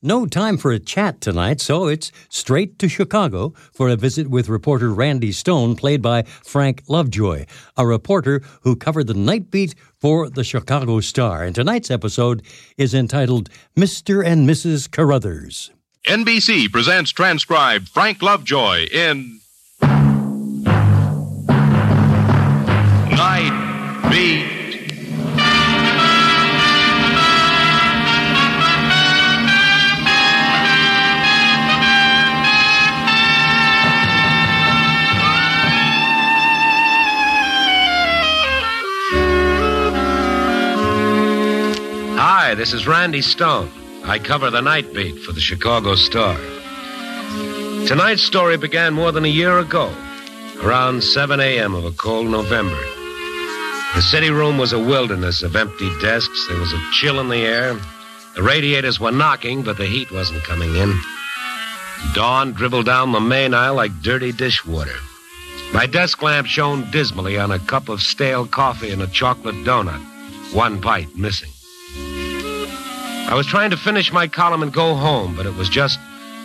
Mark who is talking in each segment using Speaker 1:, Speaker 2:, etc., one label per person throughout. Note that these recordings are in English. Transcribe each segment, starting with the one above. Speaker 1: No time for a chat tonight, so it's straight to Chicago for a visit with reporter Randy Stone, played by Frank Lovejoy, a reporter who covered the night beat for the Chicago Star. And tonight's episode is entitled Mr. and Mrs. Carruthers.
Speaker 2: NBC presents transcribed Frank Lovejoy in Night Beat.
Speaker 3: Hi, this is Randy Stone. I cover the night beat for the Chicago Star. Tonight's story began more than a year ago, around 7 a.m. of a cold November. The city room was a wilderness of empty desks. There was a chill in the air. The radiators were knocking, but the heat wasn't coming in. Dawn dribbled down the main aisle like dirty dishwater. My desk lamp shone dismally on a cup of stale coffee and a chocolate donut, one bite missing. I was trying to finish my column and go home, but it was just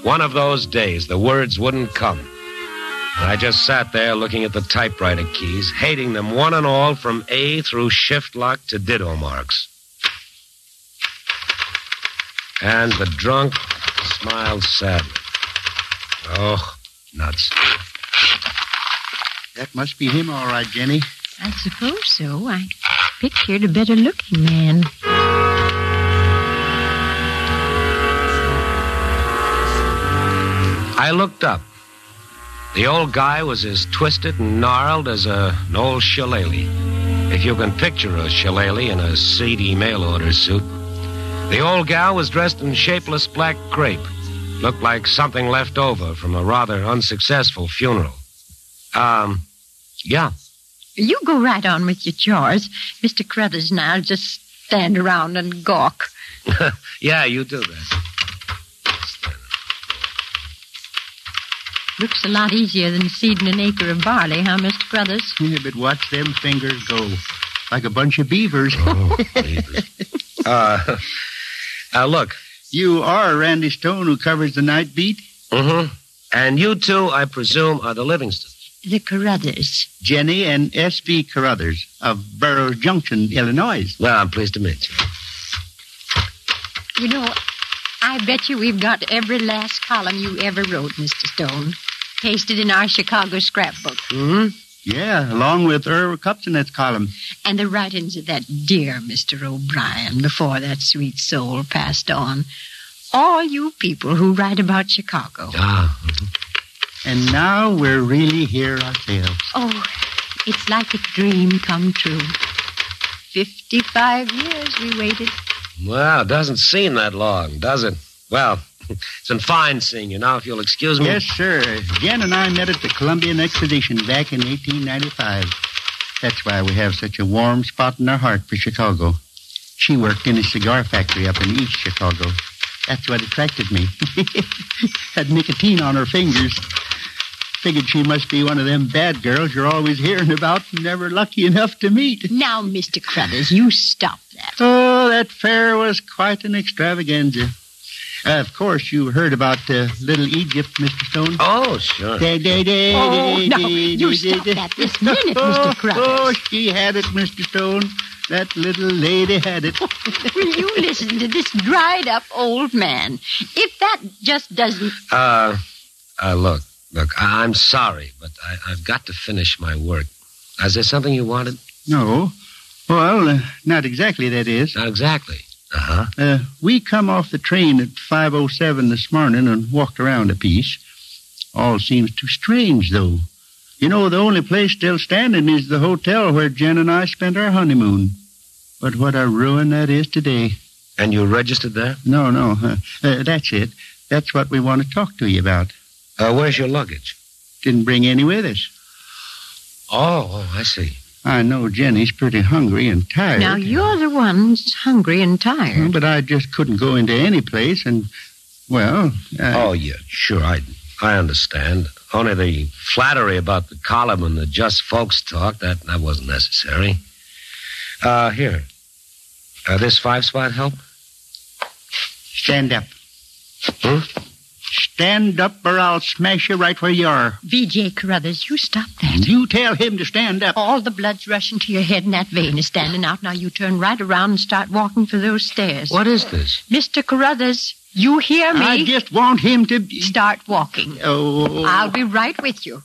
Speaker 3: one of those days. The words wouldn't come. And I just sat there looking at the typewriter keys, hating them one and all from A through shift lock to ditto marks. And the drunk smiled sadly. Oh, nuts.
Speaker 4: That must be him, all right, Jenny.
Speaker 5: I suppose so. I pictured a better looking man.
Speaker 3: I looked up. The old guy was as twisted and gnarled as a, an old shillelagh. If you can picture a shillelagh in a seedy mail order suit. The old gal was dressed in shapeless black crepe. Looked like something left over from a rather unsuccessful funeral. Um, yeah.
Speaker 5: You go right on with your chores. Mr. Cruthers and I'll just stand around and gawk.
Speaker 3: yeah, you do that.
Speaker 5: Looks a lot easier than seeding an acre of barley, huh, Mr. Cruthers?
Speaker 4: Yeah, but watch them fingers go. Like a bunch of beavers.
Speaker 3: Oh, Uh, uh look.
Speaker 4: you are Randy Stone who covers the night beat?
Speaker 3: Mm-hmm. And you two, I presume, are the Livingstons.
Speaker 5: The Carruthers.
Speaker 4: Jenny and S.B. Carruthers of Burroughs Junction, Illinois.
Speaker 3: Well, I'm pleased to meet you.
Speaker 5: You know, I bet you we've got every last column you ever wrote, Mr. Stone, pasted in our Chicago scrapbook,
Speaker 3: Mm-hmm.
Speaker 4: Yeah, along with Irv Cupsonet's column.
Speaker 5: and the writings of that dear Mr. O'Brien before that sweet soul passed on. All you people who write about Chicago.
Speaker 3: Ah,
Speaker 4: And now we're really here ourselves.
Speaker 5: Oh, it's like a dream come true. Fifty-five years we waited.
Speaker 3: well, doesn't seem that long, does it? Well, it's been fine seeing you. Now, if you'll excuse me.
Speaker 4: Yes, sir. Jen and I met at the Columbian Expedition back in 1895. That's why we have such a warm spot in our heart for Chicago. She worked in a cigar factory up in East Chicago. That's what attracted me. Had nicotine on her fingers. Figured she must be one of them bad girls you're always hearing about and never lucky enough to meet.
Speaker 5: Now, Mr. Cruthers, you stop that.
Speaker 4: Oh, that fair was quite an extravaganza. Uh, of course, you heard about uh, Little Egypt, Mr. Stone.
Speaker 3: Oh, sure.
Speaker 4: Day, day, day,
Speaker 5: Oh,
Speaker 4: day,
Speaker 5: no.
Speaker 4: day,
Speaker 5: You
Speaker 4: day,
Speaker 5: stop
Speaker 4: day,
Speaker 5: that
Speaker 4: day.
Speaker 5: this minute, Mr. Cruthers.
Speaker 4: Oh, she had it, Mr. Stone. That little lady had it.
Speaker 5: Will you listen to this dried up old man? If that just doesn't.
Speaker 3: Uh, uh, look, look, I- I'm sorry, but I- I've got to finish my work. Is there something you wanted?
Speaker 4: No. Well, uh, not exactly, that is.
Speaker 3: Not exactly. Uh huh.
Speaker 4: Uh, we come off the train at 5.07 this morning and walked around a piece. All seems too strange, though. You know, the only place still standing is the hotel where Jen and I spent our honeymoon. But what a ruin that is today.
Speaker 3: And you registered there?
Speaker 4: No, no. Uh, uh, that's it. That's what we want to talk to you about.
Speaker 3: Uh, where's your luggage?
Speaker 4: Didn't bring any with us.
Speaker 3: Oh, oh, I see.
Speaker 4: I know Jenny's pretty hungry and tired.
Speaker 5: Now, you're the one that's hungry and tired.
Speaker 4: But I just couldn't go into any place, and, well. I-
Speaker 3: Oh, yeah, sure. I I understand. Only the flattery about the column and the just folks talk, that, that wasn't necessary. Uh, here. Uh, this five spot help?
Speaker 4: Stand up.
Speaker 3: Huh?
Speaker 4: Stand up, or I'll smash you right where you are.
Speaker 5: VJ Carruthers, you stop that.
Speaker 4: You tell him to stand up.
Speaker 5: All the blood's rushing to your head and that vein is standing out. Now you turn right around and start walking for those stairs.
Speaker 3: What is this?
Speaker 5: Mr. Carruthers, you hear me?
Speaker 4: I just want him to. Be...
Speaker 5: Start walking.
Speaker 4: Oh,
Speaker 5: I'll be right with you.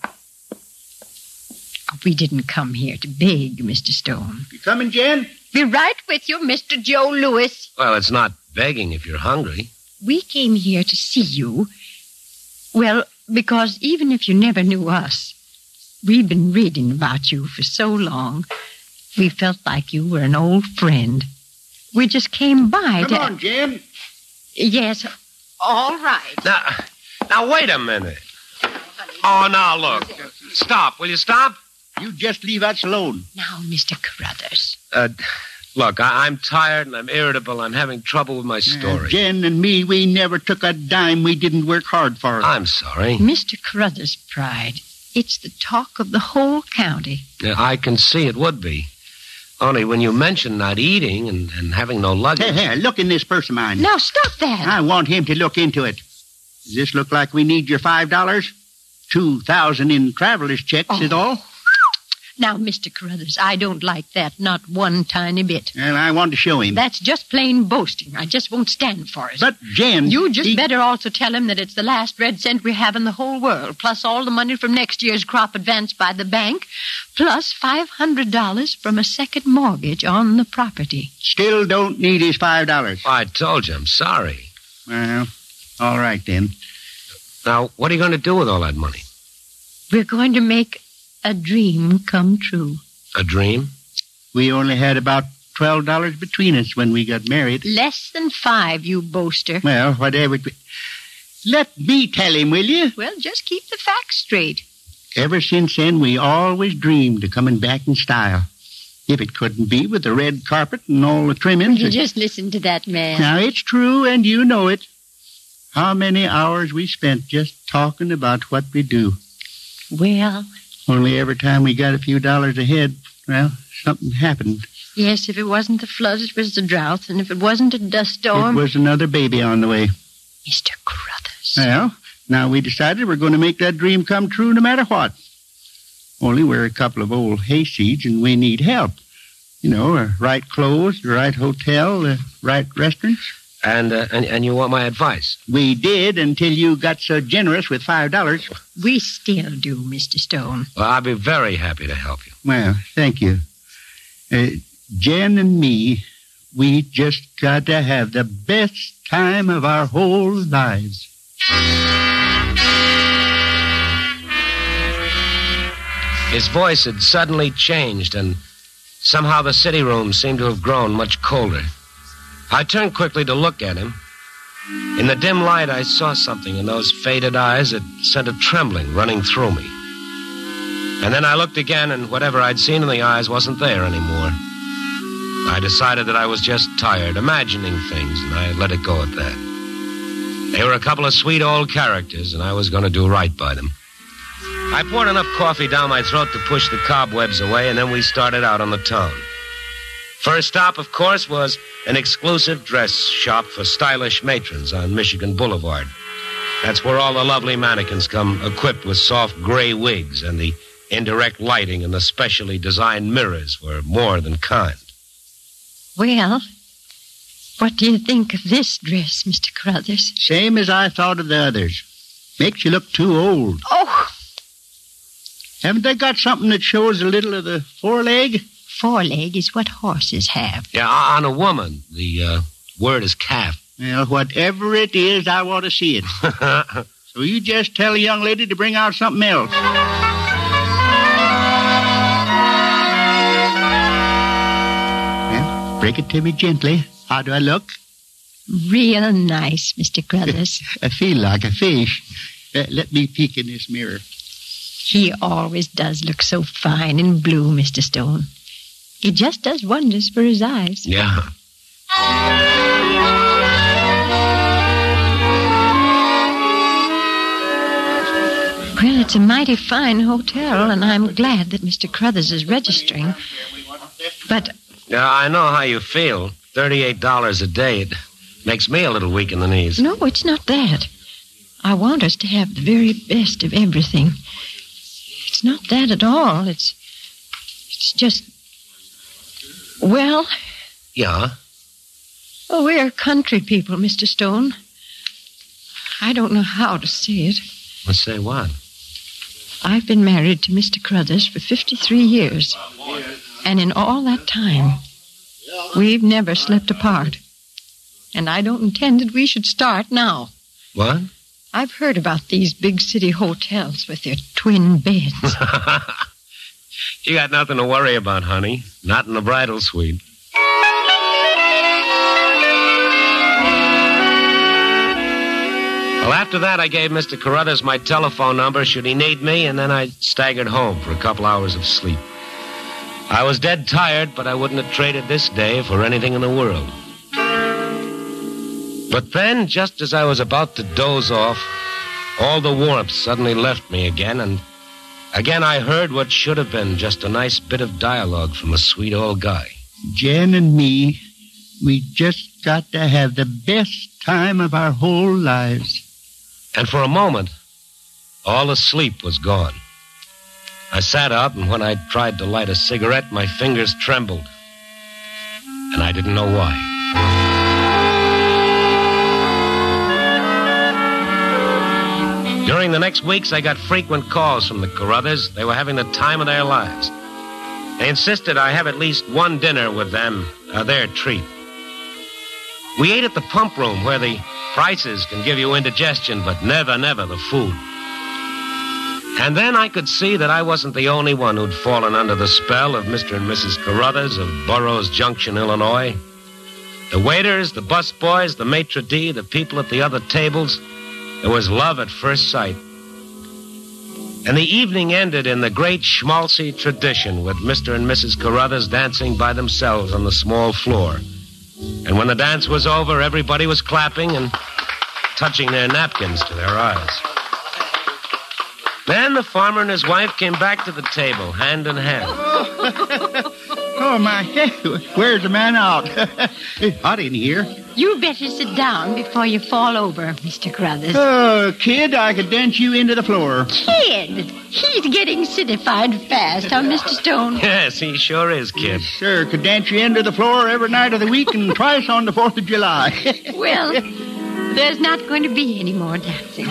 Speaker 5: We didn't come here to beg, Mr. Stone.
Speaker 4: you coming, Jen?
Speaker 5: Be right with you, Mr. Joe Lewis.
Speaker 3: Well, it's not begging if you're hungry.
Speaker 5: We came here to see you. Well, because even if you never knew us, we've been reading about you for so long, we felt like you were an old friend. We just came by
Speaker 4: Come
Speaker 5: to.
Speaker 4: on, Jen.
Speaker 5: Yes, all right.
Speaker 3: Now, now wait a minute. Oh, now look. Stop. Will you stop?
Speaker 4: You just leave us alone.
Speaker 5: Now, Mr. Carruthers,
Speaker 3: Uh, look, I, I'm tired and I'm irritable. I'm having trouble with my
Speaker 4: Uh,
Speaker 3: story.
Speaker 4: Jen and me, we never took a dime we didn't work hard for.
Speaker 3: I'm sorry.
Speaker 5: Mr. Carruthers' pride. It's the talk of the whole county.
Speaker 4: Mm.
Speaker 3: Yeah, I can see it would be. Only when you mention not eating and, and having no
Speaker 4: Hey,
Speaker 3: luggage.
Speaker 4: hey, look in this purse of mine.
Speaker 5: Now, stop that.
Speaker 4: I want him to look into it. Does this look like we need your five dollars? Two thousand in traveler's checks
Speaker 5: Oh.
Speaker 4: is all.
Speaker 5: Now, Mr. Carruthers, I don't like that, not one tiny bit.
Speaker 4: And I want to show him.
Speaker 5: That's just plain boasting. I just won't stand for it.
Speaker 4: But Jen,
Speaker 5: you just
Speaker 4: he-
Speaker 5: better also tell him that it's the last red cent we have in the whole world, plus all the money from next year's crop advanced by the bank, plus $500 from a second mortgage on the property.
Speaker 4: still don't need his five dollars.
Speaker 3: I told you, I'm sorry.
Speaker 4: Well, all right then.
Speaker 3: Now, what are you going to do with all that money?
Speaker 5: We're going to make a dream come true.
Speaker 3: A dream?
Speaker 4: We only had about twelve dollars between us when we got married.
Speaker 5: Less than five, you boaster.
Speaker 4: Well, whatever. it- Let me tell him, will you?
Speaker 5: Well, just keep the facts straight.
Speaker 4: Ever since then, we always dreamed of coming back in style. If it couldn't be with the red carpet and all the trimmings.
Speaker 5: You
Speaker 4: it-
Speaker 5: just listen to that man.
Speaker 4: Now, it's true, and you know it. How many hours we spent just talking about what we do.
Speaker 5: Well,
Speaker 4: Only every time we got a few dollars ahead, well, something happened.
Speaker 5: yes, if it wasn't the flood, it was the drought, and if it wasn't a dust
Speaker 4: It
Speaker 5: storm,
Speaker 4: was another baby on the way.
Speaker 5: Mr. Carruthers.
Speaker 4: Well, now we decided we're going to make that dream come true no matter what. Only we're a couple of old hayseeds and we need help. You know, uh, right clothes, the right hotel, uh, right restaurants.
Speaker 3: And, uh, and and you want my advice?
Speaker 4: We did until you got so generous with $5.
Speaker 5: we still do, Mr. Stone.
Speaker 3: Well, I'll be very happy to help you.
Speaker 4: Well, thank you. Uh, Jen and me, we just got to have the best time of our whole lives.
Speaker 3: His voice had suddenly changed, and somehow the city room seemed to have grown much colder. I turned quickly to look at him. In the dim light, I saw something in those faded eyes that sent a trembling running through me. And then I looked again, and whatever I'd seen in the eyes wasn't there anymore. I decided that I was just tired, imagining things, and I let it go at that. They were a couple of sweet old characters, and I was going to do right by them. I poured enough coffee down my throat to push the cobwebs away, and then we started out on the town. First stop, of course, was an exclusive dress shop for stylish matrons on Michigan Boulevard. That's where all the lovely mannequins come equipped with soft gray wigs, and the indirect lighting and the specially designed mirrors were more than kind.
Speaker 5: Well, what do you think of this dress, Mr. Carruthers?
Speaker 4: Same as I thought of the others. Makes you look too old.
Speaker 5: Oh,
Speaker 4: Haven't they got something that shows a little of the foreleg?
Speaker 5: foreleg is what horses have.
Speaker 3: Yeah, on a woman. The uh, word is calf.
Speaker 4: Well, whatever it is, I want to see it. so you just tell the young lady to bring out something else. Well, break it to me gently. How do I look?
Speaker 5: Real nice, Mr. Crothers.
Speaker 4: I feel like a fish. Uh, let me peek in this mirror.
Speaker 5: he always does look so fine and blue, Mr. Stone. He just does wonders for his eyes.
Speaker 3: Yeah.
Speaker 5: Well, it's a mighty fine hotel, and I'm glad that Mr. Crothers is registering. But
Speaker 3: Yeah, I know how you feel. $38 a day. It makes me a little weak in the knees.
Speaker 5: no, it's not that. I want us to have the very best of everything. It's not that at all. It's it's just well,
Speaker 3: Yeah.
Speaker 5: oh, we're country people, Mr. Stone. I don't know how to say it.
Speaker 3: Let's say what?
Speaker 5: I've been married to Mr. Crothers for 53 years. And in all that time, we've never slept apart. And I don't intend that we should start now.
Speaker 3: What?
Speaker 5: I've heard about these big city hotels with their twin beds.
Speaker 3: you got nothing to worry about, honey. Not in the bridal suite. Well, after that, I gave Mr. Carruthers my telephone number should he need me, and then I staggered home for a couple hours of sleep. I was dead tired, but I wouldn't have traded this day for anything in the world. But then, just as I was about to doze off, all the warmth suddenly left me again, and Again, I heard what should have been just a nice bit of dialogue from a sweet old guy.
Speaker 4: Jen and me, we just got to have the best time of our whole lives.
Speaker 3: And for a moment, all the sleep was gone. I sat up, and when I tried to light a cigarette, my fingers trembled. And I didn't know why. During the next weeks, I got frequent calls from the Carruthers. They were having the time of their lives. They insisted I have at least one dinner with them, uh, their treat. We ate at the pump room where the prices can give you indigestion, but never, never the food. And then I could see that I wasn't the only one who'd fallen under the spell of Mr. and Mrs. Carruthers of Burroughs Junction, Illinois. The waiters, the busboys, the maitre d', the people at the other tables, there was love at first sight. And the evening ended in the great schmaltzy tradition with Mr. and Mrs. Carruthers dancing by themselves on the small floor. And when the dance was over, everybody was clapping and touching their napkins to their eyes. Then the farmer and his wife came back to the table, hand in hand.
Speaker 4: Oh, my heck, where's the man out? it's hot in here.
Speaker 5: you better sit down before you fall over, Mr. Crothers.
Speaker 4: Oh, kid, I could dance you into the floor.
Speaker 5: Kid, he's getting citified fast, huh, Mr. Stone?
Speaker 3: Yes, he sure is, kid.
Speaker 4: Sure, could dance you into the floor every night of the week and twice on the 4th of July.
Speaker 5: Well, there's not going to be any more dancing.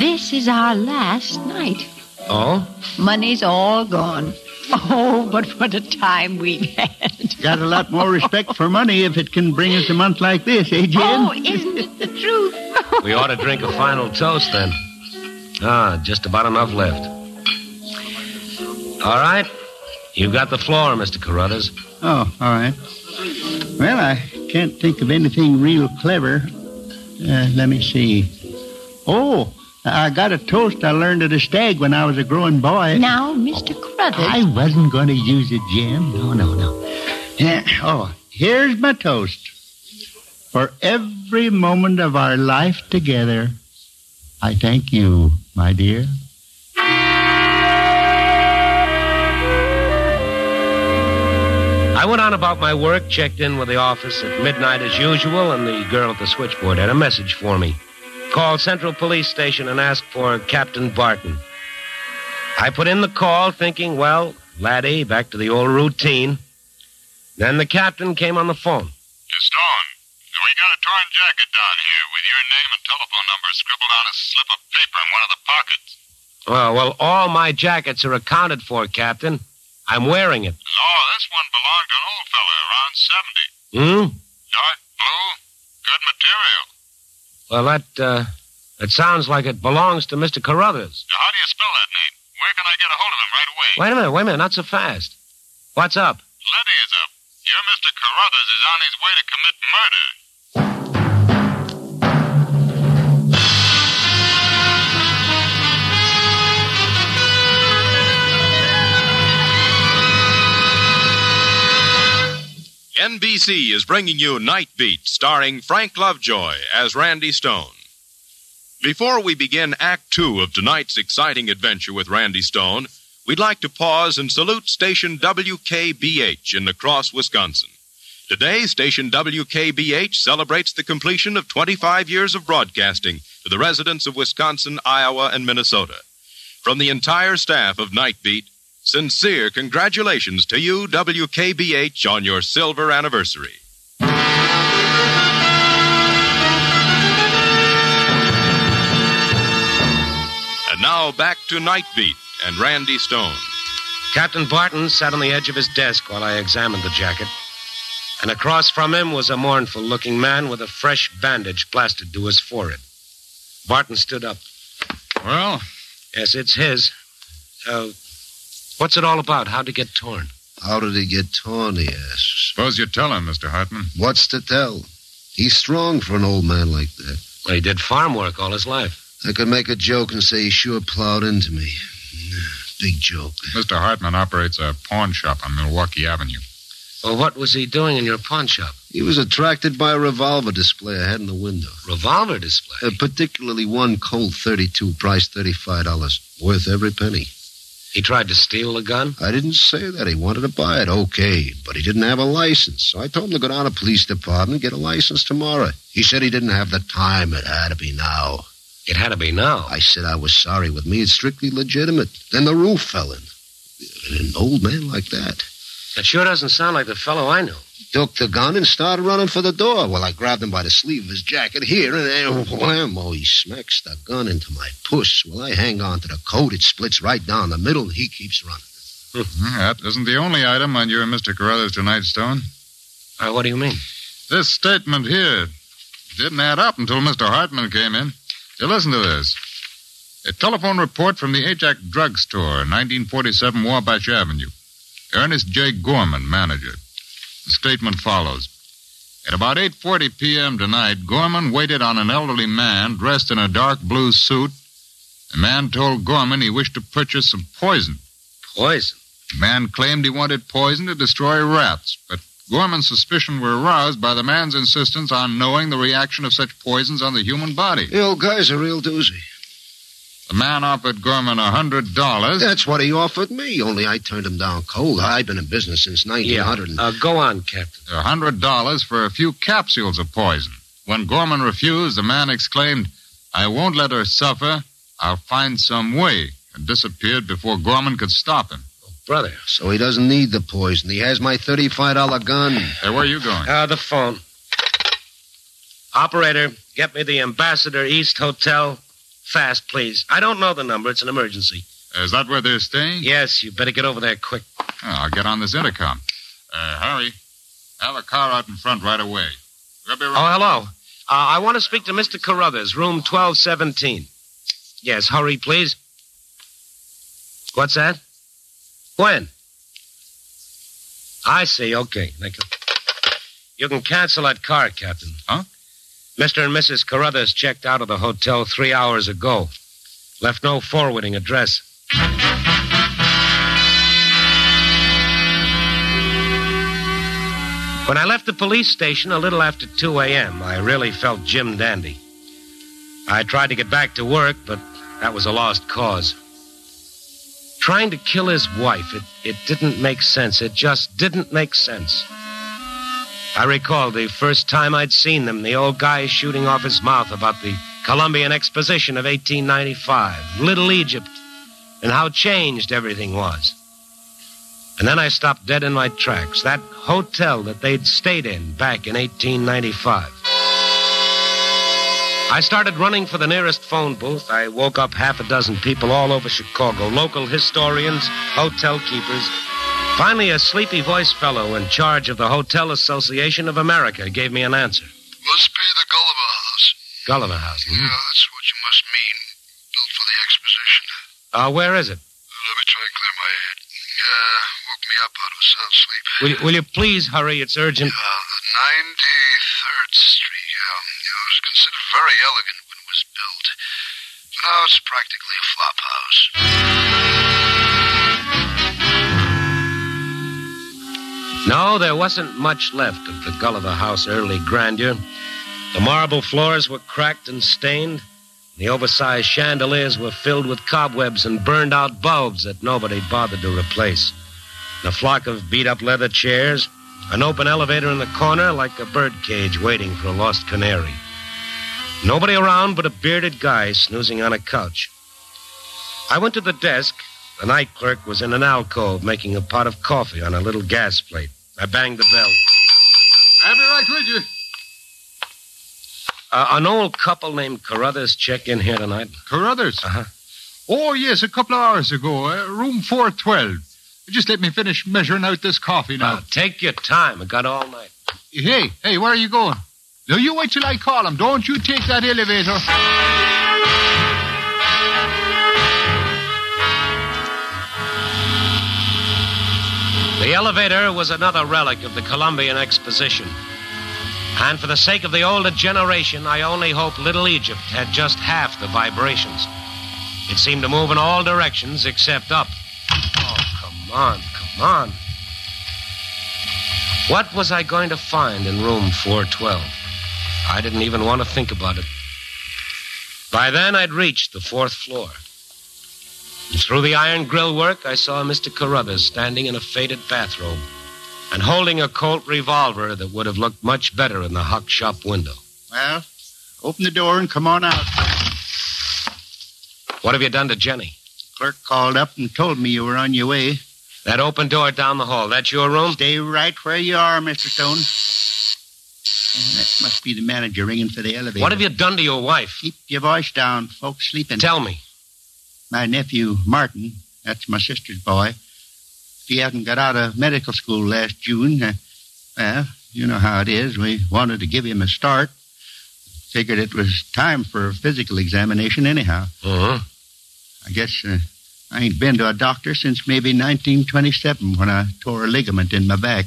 Speaker 5: This is our last night.
Speaker 3: Oh?
Speaker 5: Money's all gone. Oh, but what a time we've had.
Speaker 4: Got a lot more respect for money if it can bring us a month like this, eh, Jen?
Speaker 5: Oh, isn't it the truth?
Speaker 3: We ought to drink a final toast then. Ah, just about enough left. All right. You've got the floor, Mr. Carruthers.
Speaker 4: Oh, all right. Well, I can't think of anything real clever. Uh, let me see. Oh, I got a toast I learned at a stag when I was a growing boy.
Speaker 5: now, Mr. Crothers.
Speaker 4: I wasn't going to use it, Jim. No, no, no. Yeah, oh, here's my toast. For every moment of our life together, I thank you, my dear.
Speaker 3: I went on about my work, checked in with the office at midnight as usual, and the girl at the switchboard had a message for me. Called Central Police Station and asked for Captain Barton. I put in the call thinking, well, laddie, back to the old routine. Then the captain came on the phone.
Speaker 6: Stone, we got a torn jacket down here with your name and telephone number scribbled on a slip of paper in one of the pockets.
Speaker 3: Well, well, all my jackets are accounted for, Captain. I'm wearing it.
Speaker 6: No, Oh, this one belonged to an old fella around 70.
Speaker 3: Hmm?
Speaker 6: Dark blue, good material.
Speaker 3: Well, that, uh, that sounds like it belongs to Mr. Carruthers.
Speaker 6: Now, how do you spell that name? Where can I get a hold of him right away?
Speaker 3: Wait a minute, wait a minute, not so fast. What's up?
Speaker 6: Letty is up. Your Mr. Carruthers is on his way to commit murder.
Speaker 2: NBC is bringing you Night Beat, starring Frank Lovejoy as Randy Stone. Before we begin Act Two of tonight's exciting adventure with Randy Stone, we'd like to pause and salute station WKBH in La Crosse, Wisconsin. Today, station WKBH celebrates the completion of 25 years of broadcasting to the residents of Wisconsin, Iowa, and Minnesota. From the entire staff of Night Beat, Sincere congratulations to you, WKBH, on your silver anniversary. And now back to Night Beat and Randy Stone.
Speaker 3: Captain Barton sat on the edge of his desk while I examined the jacket. And across from him was a mournful looking man with a fresh bandage plastered to his forehead. Barton stood up.
Speaker 7: Well,
Speaker 3: Yes, it's his. Uh, what's it all about? How'd it get torn?
Speaker 8: How did he get torn, he asks.
Speaker 7: suppose you tell him, Mr. Hartman.
Speaker 8: What's to tell? He's strong for an old man like that.
Speaker 3: Well, he did farm work all his life.
Speaker 8: I could make a joke and say he sure plowed into me. Big joke.
Speaker 7: Mr. Hartman operates a pawn shop on Milwaukee Avenue.
Speaker 3: Well, what was he doing in your pawn shop?
Speaker 8: He was attracted by a revolver display I had in the window.
Speaker 3: Revolver display.
Speaker 8: Uh, particularly one Colt 32, priced $35, worth every penny.
Speaker 3: He tried to steal the gun?
Speaker 8: I didn't say that. He wanted to buy it, okay, but he didn't have a license. So I told him to go down to police department and get a license tomorrow. He said he didn't have the time. It had to be now.
Speaker 3: It had to be now.
Speaker 8: I said I was sorry with me. It's strictly legitimate. Then the roof fell in. An old man like that.
Speaker 3: That sure doesn't sound like the fellow I know.
Speaker 8: Took the gun and started running for the door. Well, I grabbed him by the sleeve of his jacket here, and then wham! Oh, he smacks the gun into my puss. Well, I hang on to the coat. It splits right down the middle, and he keeps running.
Speaker 7: Hmm, That isn't the only item on your Mr. Carruthers tonight, Stone.
Speaker 3: Uh, what do you mean?
Speaker 7: This statement here didn't add up until Mr. Hartman came in. You listen to this. A telephone report from the Ajax Drug Store, 1947 Wabash Avenue. Ernest J. Gorman, manager. The statement follows. At about 8:40 p.m. tonight, Gorman waited on an elderly man dressed in a dark blue suit. The man told Gorman he wished to purchase some poison.
Speaker 3: Poison.
Speaker 7: The man claimed he wanted poison to destroy rats, but Gorman's suspicion were aroused by the man's insistence on knowing the reaction of such poisons on the human body.
Speaker 8: The old guy's a real doozy.
Speaker 7: The man offered Gorman a hundred dollars.
Speaker 8: That's what he offered me, only I turned him down cold. I've been in business since 1900. and-
Speaker 3: Uh, go on, Captain.
Speaker 7: A hundred dollars for a few capsules of poison. When Gorman refused, the man exclaimed, I won't let her suffer. I'll find some way. And disappeared before Gorman could stop him.
Speaker 3: Brother.
Speaker 8: So he doesn't need the poison. He has my $35 gun.
Speaker 7: Hey, where are you going?
Speaker 3: Uh, the phone. Operator, get me the Ambassador East Hotel. Fast, please. I don't know the number. It's an emergency.
Speaker 7: Is that where they're staying?
Speaker 3: Yes, you better get over there quick.
Speaker 7: Oh, I'll get on this intercom. Uh, hurry. Have a car out in front right away. We'll be right
Speaker 3: Oh, hello. Uh, I want to speak to Mr. Carruthers, room 1217. Yes, hurry, please. What's that? When? I see. Okay. Thank you. You can cancel that car, Captain.
Speaker 7: Huh?
Speaker 3: Mr. and Mrs. Carruthers checked out of the hotel three hours ago. Left no forwarding address. When I left the police station a little after 2 a.m., I really felt Jim Dandy. I tried to get back to work, but that was a lost cause. Trying to kill his wife, it, it didn't make sense. It just didn't make sense. I recall the first time I'd seen them, the old guy shooting off his mouth about the Columbian Exposition of 1895, Little Egypt, and how changed everything was. And then I stopped dead in my tracks. That hotel that they'd stayed in back in 1895. I started running for the nearest phone booth. I woke up half a dozen people all over Chicago local historians, hotel keepers. Finally, a sleepy voiced fellow in charge of the Hotel Association of America gave me an answer.
Speaker 9: Must be the Gulliver House.
Speaker 3: Gulliver House. hmm?
Speaker 9: Yeah, that's what you must mean. Built for the exposition.
Speaker 3: Uh, where is
Speaker 9: Let
Speaker 3: it?
Speaker 9: me try and clear my head. Yeah, woke me up out of a sound sleep.
Speaker 3: Will you, will you please hurry? It's urgent.
Speaker 9: Uh, the 93rd Street, yeah. You know, it was considered very elegant when it was built. But now it's practically a flop house.
Speaker 3: No, there wasn't much left of the Gulliver House early grandeur. The marble floors were cracked and stained. The oversized chandeliers were filled with cobwebs and burned out bulbs that nobody bothered to replace. And a flock of beat up leather chairs, an open elevator in the corner like a birdcage waiting for a lost canary. Nobody around but a bearded guy snoozing on a couch. I went to the desk. The night clerk was in an alcove making a pot of coffee on a little gas plate. I banged the bell.
Speaker 7: I'll be right with you.
Speaker 3: Uh, an old couple named Carruthers checked in here tonight.
Speaker 7: Carruthers? Uh-huh. Oh, yes, a couple of hours ago. Uh, room 412. Just let me finish measuring out this coffee now.
Speaker 3: Now, take your time. I got all night.
Speaker 7: Hey, hey, where are you going? No, you wait till I call him. Don't you take that elevator.
Speaker 3: The elevator was another relic of the Columbian Exposition. And for the sake of the older generation, I only hope Little Egypt had just half the vibrations. It seemed to move in all directions except up. Oh, come on, come on. What was I going to find in room 412? I didn't even want to think about it. By then, I'd reached the fourth floor. And through the iron grill work, I saw Mr. Carruthers standing in a faded bathrobe and holding a Colt revolver that would have looked much better in the Huck shop window.
Speaker 4: Well, open the door and come on out.
Speaker 3: What have you done to Jenny?
Speaker 4: Clerk called up and told me you were on your way.
Speaker 3: That open door down the hall, that's your room?
Speaker 4: Stay right where you are, Mr. Stone. Mm, That must be the manager ringing for the elevator.
Speaker 3: What have you done to your wife?
Speaker 4: Keep your voice down. Folks sleeping.
Speaker 3: Tell me.
Speaker 4: My nephew, Martin, that's my sister's boy. If he hadn't got out of medical school last June, uh, well, you know how it is. We wanted to give him a start. Figured it was time for a physical examination, anyhow.
Speaker 3: Uh-huh.
Speaker 4: I guess uh, I ain't been to a doctor since maybe 1927 when I tore a ligament in my back.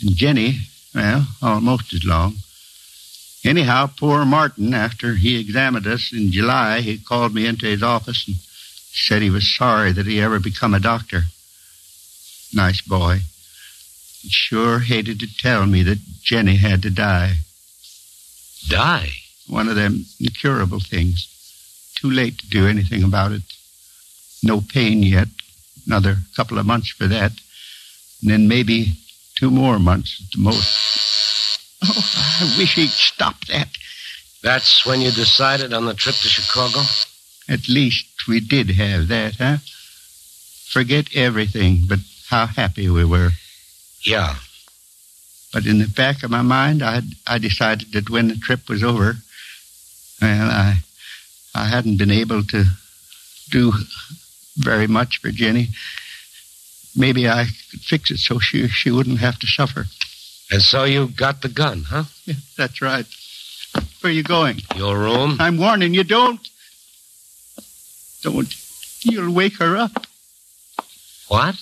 Speaker 4: And Jenny, well, almost as long. Anyhow, poor Martin, after he examined us in July, he called me into his office and said he was sorry that he ever become a doctor. Nice boy. He sure hated to tell me that Jenny had to die.
Speaker 3: Die?
Speaker 4: One of them incurable things. Too late to do anything about it. No pain yet. Another couple of months for that. And then maybe two more months at the most. Oh, I wish he'd stop that.
Speaker 3: That's when you decided on the trip to Chicago?
Speaker 4: At least we did have that, huh? Forget everything but how happy we were.
Speaker 3: Yeah.
Speaker 4: But in the back of my mind, I had, I decided that when the trip was over, well, I I hadn't been able to do very much for Jenny. Maybe I could fix it so she she wouldn't have to suffer.
Speaker 3: And so you got the gun, huh?
Speaker 4: Yeah, that's right. Where are you going?
Speaker 3: Your room?
Speaker 4: I'm warning you. Don't. Don't. You'll wake her up.
Speaker 3: What?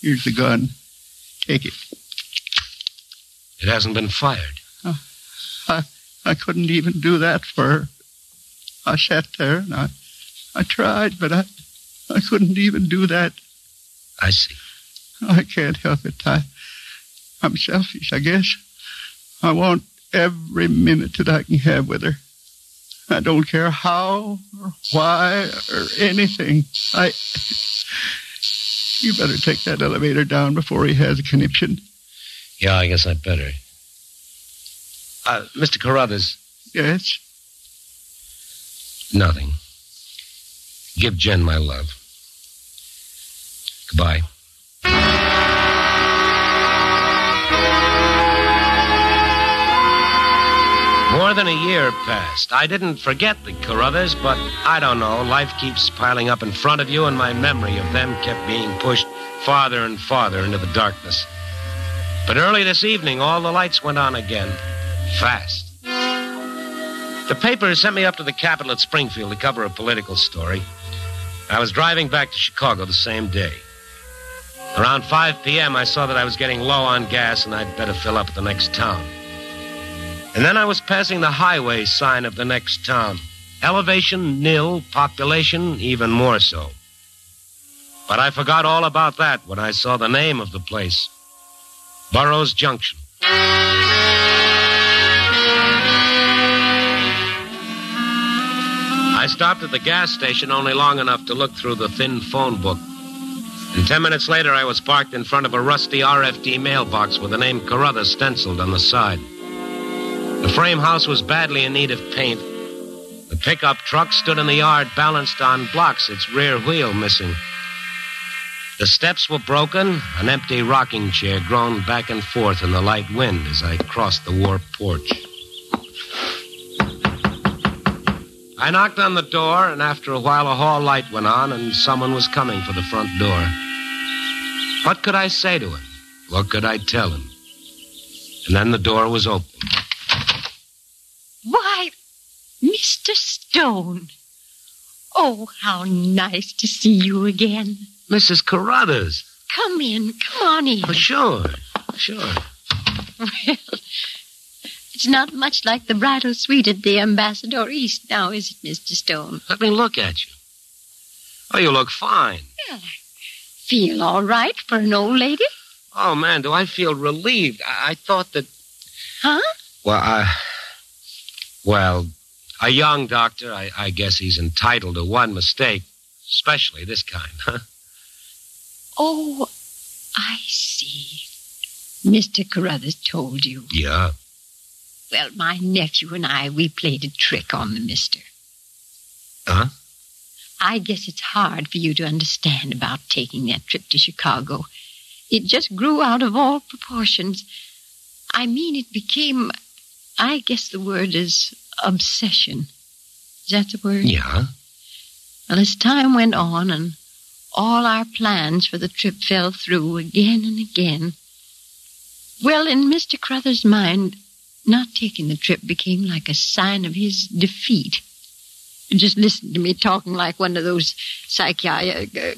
Speaker 4: Here's the gun. Take it.
Speaker 3: It hasn't been fired.
Speaker 4: I couldn't even do that for her. I sat there and I, I tried, but I, I couldn't even do that.
Speaker 3: I see.
Speaker 4: I can't help it. I, I'm selfish, I guess. I want every minute that I can have with her. I don't care how or why or anything. I. You better take that elevator down before he has a conniption.
Speaker 3: Yeah, I guess I'd better. Uh, Mr. Carruthers,
Speaker 4: Yes.
Speaker 3: nothing. Give Jen my love. Goodbye. More More than a year passed. I didn't forget the Carruthers, but I don't know. Life keeps piling up in front of you, and my memory of them kept being pushed farther and farther into the darkness. But early this evening, all the lights went on again. Fast. The paper sent me up to the Capitol at Springfield to cover a political story. I was driving back to Chicago the same day. Around 5 p.m., I saw that I was getting low on gas and I'd better fill up at the next town. And then I was passing the highway sign of the next town. Elevation nil, population even more so. But I forgot all about that when I saw the name of the place Burroughs Junction. I stopped at the gas station only long enough to look through the thin phone book. And ten minutes later, I was parked in front of a rusty RFD mailbox with the name Carruthers stenciled on the side. The frame house was badly in need of paint. The pickup truck stood in the yard, balanced on blocks, its rear wheel missing. The steps were broken, an empty rocking chair groaned back and forth in the light wind as I crossed the warped porch. I knocked on the door, and after a while, a hall light went on, and someone was coming for the front door. What could I say to him? What could I tell him? And then the door was open.
Speaker 5: Why, Mr. Stone. Oh, how nice to see you again.
Speaker 3: Mrs. Carruthers.
Speaker 5: Come in. Come on in.
Speaker 3: Oh, sure. Sure.
Speaker 5: Well, it's not much like the bridal suite at the Ambassador East now, is it, Mr. Stone?
Speaker 3: Let me look at you. Oh, you look fine.
Speaker 5: Feel all right for an old lady?
Speaker 3: Oh, man, do I feel relieved. I, I thought that.
Speaker 5: Huh?
Speaker 3: Well, I. Well, a young doctor, I, I guess he's entitled to one mistake, especially this kind, huh?
Speaker 5: Oh, I see. Mr. Carruthers told you.
Speaker 3: Yeah.
Speaker 5: Well, my nephew and I, we played a trick on the mister.
Speaker 3: Huh?
Speaker 5: I guess it's hard for you to understand about taking that trip to Chicago. It just grew out of all proportions. I mean, it became, I guess the word is obsession. Is that the word?
Speaker 3: Yeah.
Speaker 5: Well, as time went on and all our plans for the trip fell through again and again, well, in Mr. Cruthers' mind, not taking the trip became like a sign of his defeat. Just listen to me talking like one of those psychiatric, uh,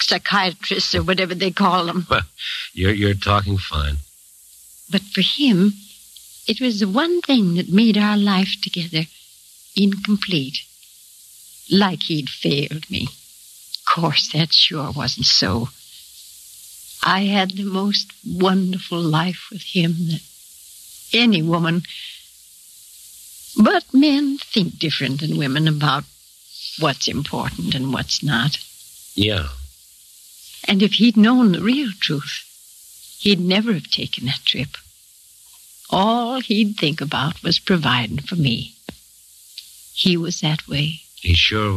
Speaker 5: psychiatrists or whatever they call them.
Speaker 3: You're, you're talking fine.
Speaker 5: But for him, it was the one thing that made our life together incomplete. Like he'd failed me. Of course, that sure wasn't so. I had the most wonderful life with him that any woman. But men think different than women about what's important and what's not.
Speaker 3: Yeah.
Speaker 5: And if he'd known the real truth, he'd never have taken that trip. All he'd think about was providing for me. He was that way.
Speaker 3: He sure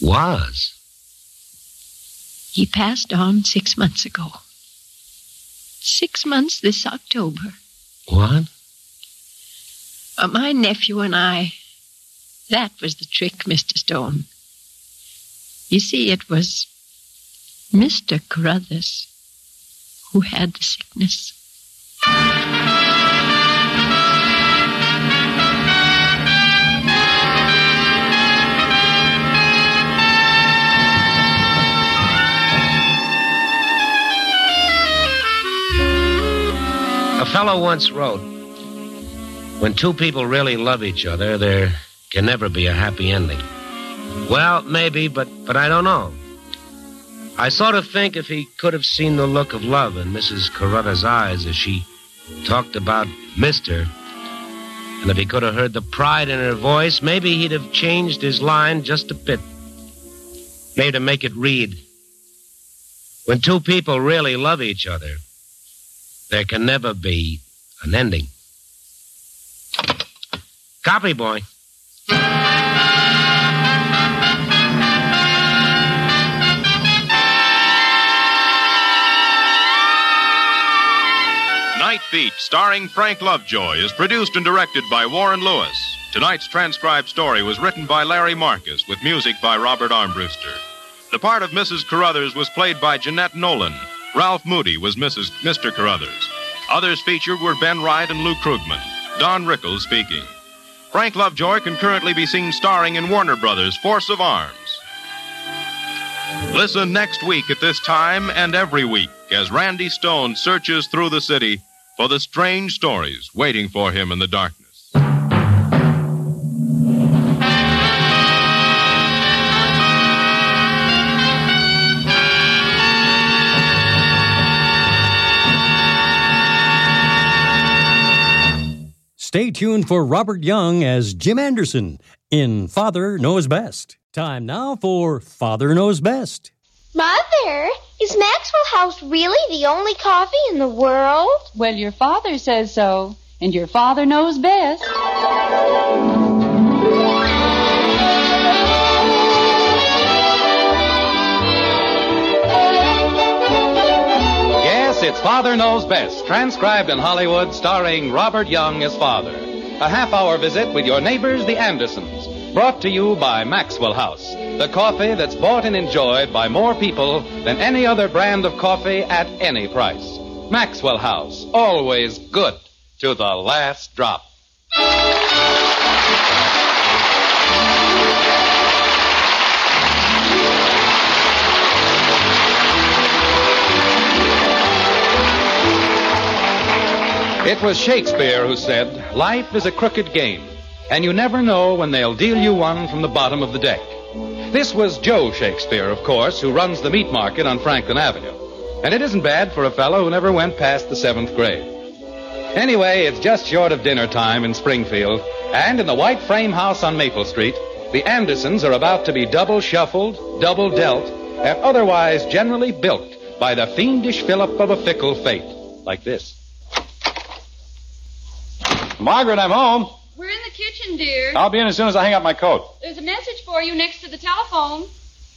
Speaker 3: wa- was.
Speaker 5: He passed on six months ago. Six months this October.
Speaker 3: What?
Speaker 5: Uh, my nephew and I. That was the trick, Mr. Stone. You see, it was Mr. Carruthers who had the sickness.
Speaker 3: A fellow once wrote When two people really love each other, there can never be a happy ending. Well, maybe, but, but I don't know. I sort of think if he could have seen the look of love in Mrs. Carruthers' eyes as she talked about Mr., and if he could have heard the pride in her voice, maybe he'd have changed his line just a bit. Maybe to make it read When two people really love each other, there can never be an ending. Copy, boy.
Speaker 2: Night Beat, starring Frank Lovejoy, is produced and directed by Warren Lewis. Tonight's transcribed story was written by Larry Marcus, with music by Robert Armbruster. The part of Mrs. Carruthers was played by Jeanette Nolan. Ralph Moody was Mrs. Mr. Carruthers. Others featured were Ben Wright and Lou Krugman. Don Rickles speaking. Frank Lovejoy can currently be seen starring in Warner Brothers' Force of Arms. Listen next week at this time and every week as Randy Stone searches through the city for the strange stories waiting for him in the darkness.
Speaker 1: Stay tuned for Robert Young as Jim Anderson in Father Knows Best. Time now for Father Knows Best.
Speaker 10: Mother, is Maxwell House really the only coffee in the world?
Speaker 11: Well, your father says so, and your father knows best.
Speaker 12: Yes, it's Father Knows Best, transcribed in Hollywood, starring Robert Young as father. A half hour visit with your neighbors, the Andersons, brought to you by Maxwell House, the coffee that's bought and enjoyed by more people than any other brand of coffee at any price. Maxwell House, always good to the last drop. It was Shakespeare who said, Life is a crooked game, and you never know when they'll deal you one from the bottom of the deck. This was Joe Shakespeare, of course, who runs the meat market on Franklin Avenue. And it isn't bad for a fellow who never went past the seventh grade. Anyway, it's just short of dinner time in Springfield, and in the white frame house on Maple Street, the Andersons are about to be double shuffled, double dealt, and otherwise generally bilked by the fiendish fillip of a fickle fate, like this. Margaret, I'm home.
Speaker 13: We're in the kitchen, dear.
Speaker 12: I'll be in as soon as I hang up my coat.
Speaker 13: There's a message for you next to the telephone.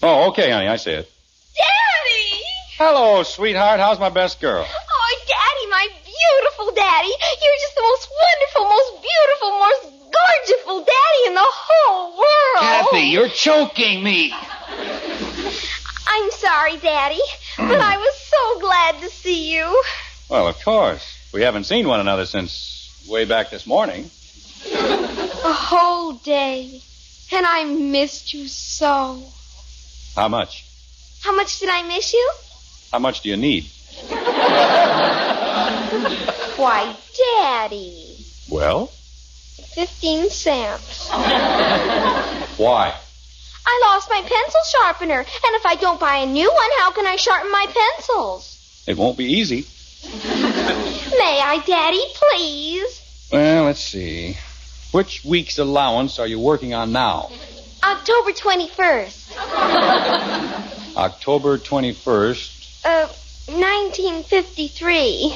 Speaker 12: Oh, okay, honey, I see it.
Speaker 10: Daddy!
Speaker 12: Hello, sweetheart. How's my best girl?
Speaker 10: Oh, Daddy, my beautiful Daddy. You're just the most wonderful, most beautiful, most gorgeous Daddy in the whole world.
Speaker 14: choking me.
Speaker 10: I'm sorry, Daddy, but I was so glad to see you.
Speaker 12: Well, of course. We haven't seen one another since way back this morning.
Speaker 10: A whole day. And I missed you so.
Speaker 12: How much?
Speaker 10: How much did I miss you?
Speaker 12: How much do you need?
Speaker 10: Why, Daddy.
Speaker 12: Well,
Speaker 10: 15 cents.
Speaker 12: why?
Speaker 10: I lost my pencil sharpener, and if I don't buy a new one, how can I sharpen my pencils?
Speaker 12: It won't be easy.
Speaker 10: May I, Daddy, please?
Speaker 12: Well, let's see. Which week's allowance are you working on now?
Speaker 10: October 21st,
Speaker 12: October 21st.
Speaker 10: uh, 1953.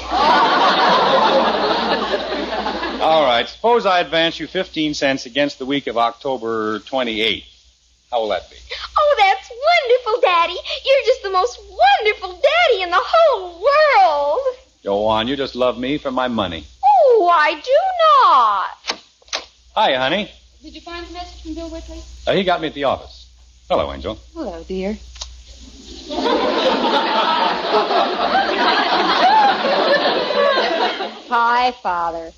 Speaker 12: All right, suppose I advance you 15 cents against the week of October 28th. How will that be?
Speaker 10: Oh, that's wonderful, Daddy. You're just the most wonderful Daddy in the whole world.
Speaker 12: Go on, you just love me for my money.
Speaker 10: Oh, I do not.
Speaker 12: Hi, honey.
Speaker 13: Did you find the message from Bill Whitley?
Speaker 12: Uh, he got me at the office. Hello, Angel.
Speaker 13: Hello, dear.
Speaker 10: Hi, Father.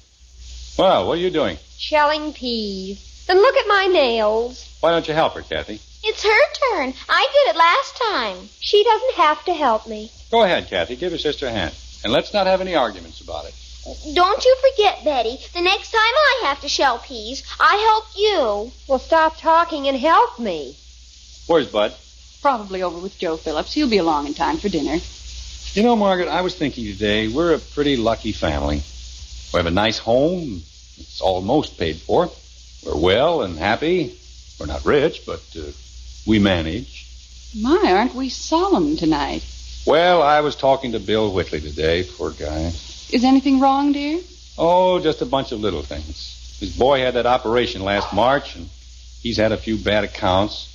Speaker 12: Well, what are you doing?
Speaker 10: Shelling peas. And look at my nails.
Speaker 12: Why don't you help her, Kathy?
Speaker 10: It's her turn. I did it last time. She doesn't have to help me.
Speaker 12: Go ahead, Kathy. Give your sister a hand. And let's not have any arguments about it.
Speaker 10: Don't you forget, Betty. The next time I have to shell peas, I help you. Well, stop talking and help me.
Speaker 12: Where's Bud?
Speaker 11: Probably over with Joe Phillips. He'll be along in time for dinner.
Speaker 12: You know, Margaret, I was thinking today, we're a pretty lucky family. We have a nice home. It's almost paid for. We're well and happy. We're not rich, but uh, we manage.
Speaker 11: My, aren't we solemn tonight?
Speaker 12: Well, I was talking to Bill Whitley today, poor guy.
Speaker 11: Is anything wrong, dear?
Speaker 12: Oh, just a bunch of little things. His boy had that operation last March, and he's had a few bad accounts.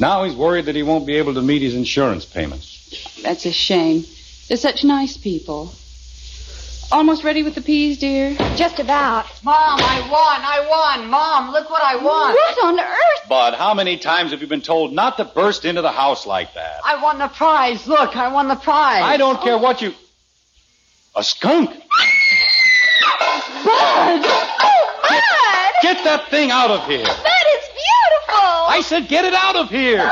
Speaker 12: Now he's worried that he won't be able to meet his insurance payments.
Speaker 11: That's a shame. They're such nice people.
Speaker 13: Almost ready with the peas, dear? Just about.
Speaker 14: Mom, I won. I won. Mom, look what I won.
Speaker 13: What on earth?
Speaker 12: Bud, how many times have you been told not to burst into the house like that?
Speaker 14: I won the prize. Look, I won the prize.
Speaker 12: I don't care what you. A skunk?
Speaker 10: Bud! Oh, Bud!
Speaker 12: Get that thing out of here!
Speaker 10: Bud, it's beautiful!
Speaker 12: I said get it out of here!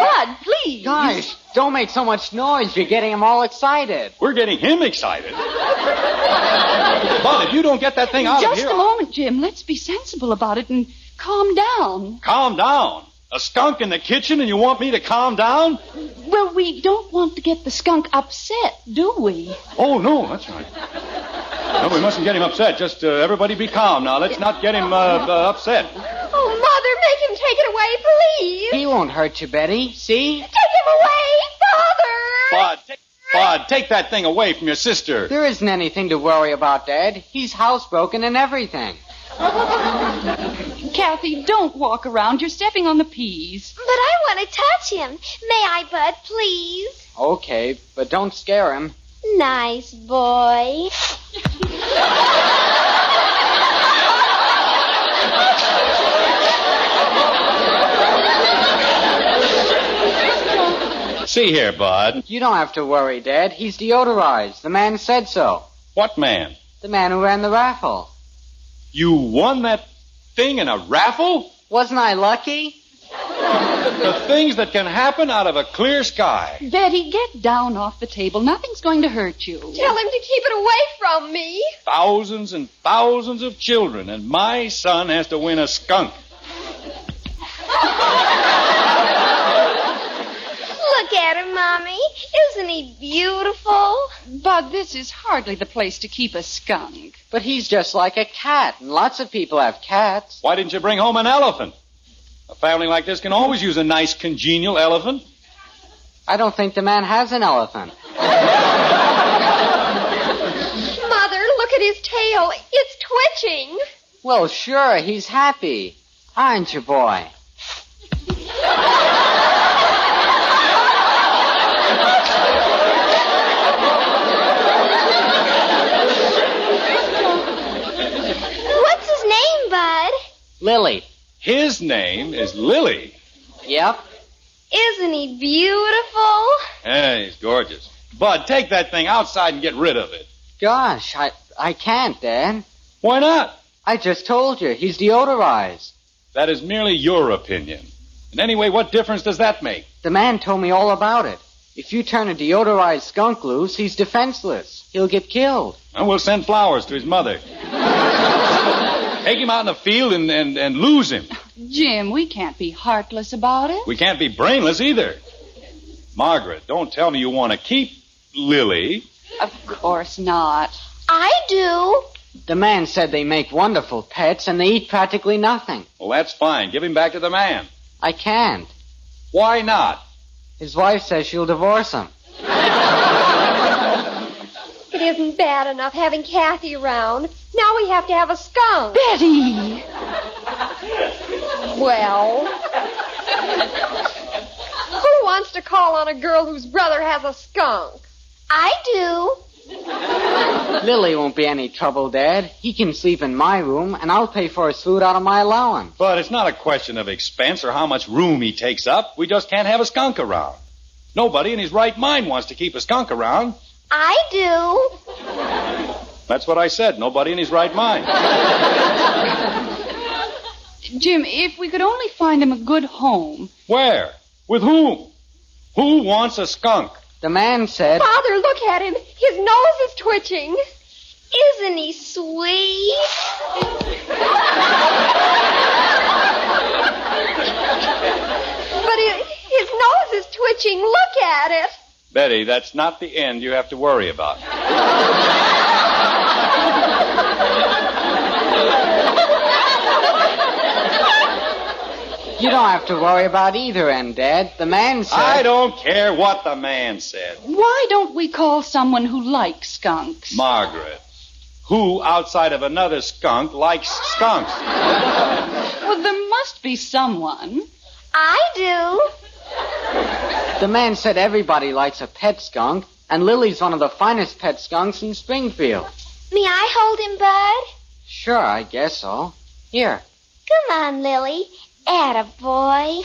Speaker 10: Bud, please!
Speaker 14: Gosh, don't make so much noise. You're getting him all excited.
Speaker 12: We're getting him excited. Bud, if you don't get that thing out of
Speaker 13: Just
Speaker 12: here.
Speaker 13: a moment, Jim. Let's be sensible about it and calm down.
Speaker 12: Calm down. A skunk in the kitchen and you want me to calm down?
Speaker 13: Well, we don't want to get the skunk upset, do we?
Speaker 12: Oh, no, that's right. No, we mustn't get him upset. Just uh, everybody be calm now. Let's not get him uh, uh, upset.
Speaker 10: Oh, Mother, make him take it away, please!
Speaker 14: He won't hurt you, Betty. See?
Speaker 10: Take him away, Father!
Speaker 12: Bud, take, Bud, take that thing away from your sister.
Speaker 14: There isn't anything to worry about, Dad. He's housebroken and everything.
Speaker 13: Kathy, don't walk around. You're stepping on the peas.
Speaker 10: But I want to touch him. May I, Bud, please?
Speaker 14: Okay, but don't scare him.
Speaker 10: Nice boy.
Speaker 12: See here, Bud.
Speaker 14: You don't have to worry, Dad. He's deodorized. The man said so.
Speaker 12: What man?
Speaker 14: The man who ran the raffle.
Speaker 12: You won that thing in a raffle?
Speaker 14: Wasn't I lucky?
Speaker 12: The things that can happen out of a clear sky.
Speaker 13: Betty, get down off the table. Nothing's going to hurt you.
Speaker 10: Tell him to keep it away from me.
Speaker 12: Thousands and thousands of children, and my son has to win a skunk.
Speaker 10: Look at him, Mommy. Isn't he beautiful?
Speaker 13: Oh, Bud, this is hardly the place to keep a skunk.
Speaker 14: But he's just like a cat, and lots of people have cats.
Speaker 12: Why didn't you bring home an elephant? A family like this can always use a nice, congenial elephant.
Speaker 14: I don't think the man has an elephant.
Speaker 10: Mother, look at his tail. It's twitching.
Speaker 14: Well, sure, he's happy. Aren't you, boy?
Speaker 10: What's his name, Bud?
Speaker 14: Lily.
Speaker 12: His name is Lily.
Speaker 14: Yep.
Speaker 10: Isn't he beautiful?
Speaker 12: Hey, he's gorgeous. Bud, take that thing outside and get rid of it.
Speaker 14: Gosh, I, I can't, Dad.
Speaker 12: Why not?
Speaker 14: I just told you, he's deodorized.
Speaker 12: That is merely your opinion. And anyway, what difference does that make?
Speaker 14: The man told me all about it. If you turn a deodorized skunk loose, he's defenseless. He'll get killed.
Speaker 12: And we'll send flowers to his mother. take him out in the field and, and, and lose him.
Speaker 13: Jim, we can't be heartless about it.
Speaker 12: We can't be brainless either. Margaret, don't tell me you want to keep Lily.
Speaker 13: Of course not.
Speaker 10: I do.
Speaker 14: The man said they make wonderful pets and they eat practically nothing.
Speaker 12: Well, that's fine. Give him back to the man.
Speaker 14: I can't.
Speaker 12: Why not?
Speaker 14: His wife says she'll divorce him.
Speaker 10: It isn't bad enough having Kathy around. Now we have to have a skunk.
Speaker 13: Betty!
Speaker 10: Well, who wants to call on a girl whose brother has a skunk? I do.
Speaker 14: Lily won't be any trouble, Dad. He can sleep in my room, and I'll pay for his food out of my allowance.
Speaker 12: But it's not a question of expense or how much room he takes up. We just can't have a skunk around. Nobody in his right mind wants to keep a skunk around.
Speaker 10: I do.
Speaker 12: That's what I said. Nobody in his right mind.
Speaker 13: Jim, if we could only find him a good home.
Speaker 12: Where? With whom? Who wants a skunk?
Speaker 14: The man said,
Speaker 10: Father, look at him. His nose is twitching. Isn't he sweet? but it, his nose is twitching. Look at it.
Speaker 12: Betty, that's not the end you have to worry about.
Speaker 14: You don't have to worry about either end, Dad. The man said,
Speaker 12: I don't care what the man said.
Speaker 13: Why don't we call someone who likes skunks?
Speaker 12: Margaret, who outside of another skunk likes skunks?
Speaker 13: Well, there must be someone.
Speaker 10: I do.
Speaker 14: The man said everybody likes a pet skunk, and Lily's one of the finest pet skunks in Springfield.
Speaker 10: May I hold him, Bud?
Speaker 14: Sure, I guess so. Here.
Speaker 10: Come on, Lily. Atta boy.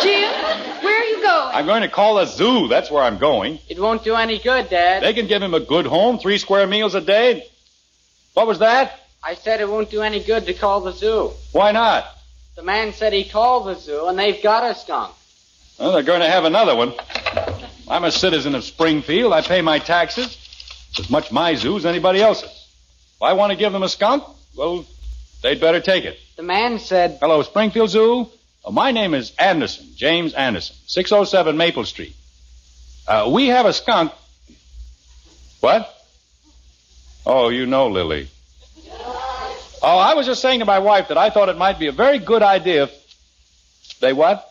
Speaker 13: Jim, where are you going?
Speaker 12: I'm going to call a zoo. That's where I'm going.
Speaker 14: It won't do any good, Dad.
Speaker 12: They can give him a good home, three square meals a day. What was that?
Speaker 14: I said it won't do any good to call the zoo.
Speaker 12: Why not?
Speaker 14: The man said he called the zoo, and they've got a skunk.
Speaker 12: Well, they're going to have another one. I'm a citizen of Springfield. I pay my taxes. It's as much my zoo as anybody else's. If I want to give them a skunk, well, they'd better take it.
Speaker 14: The man said,
Speaker 12: Hello, Springfield Zoo. Uh, my name is Anderson, James Anderson, 607 Maple Street. Uh, we have a skunk. What? Oh, you know Lily. Oh, I was just saying to my wife that I thought it might be a very good idea if they what?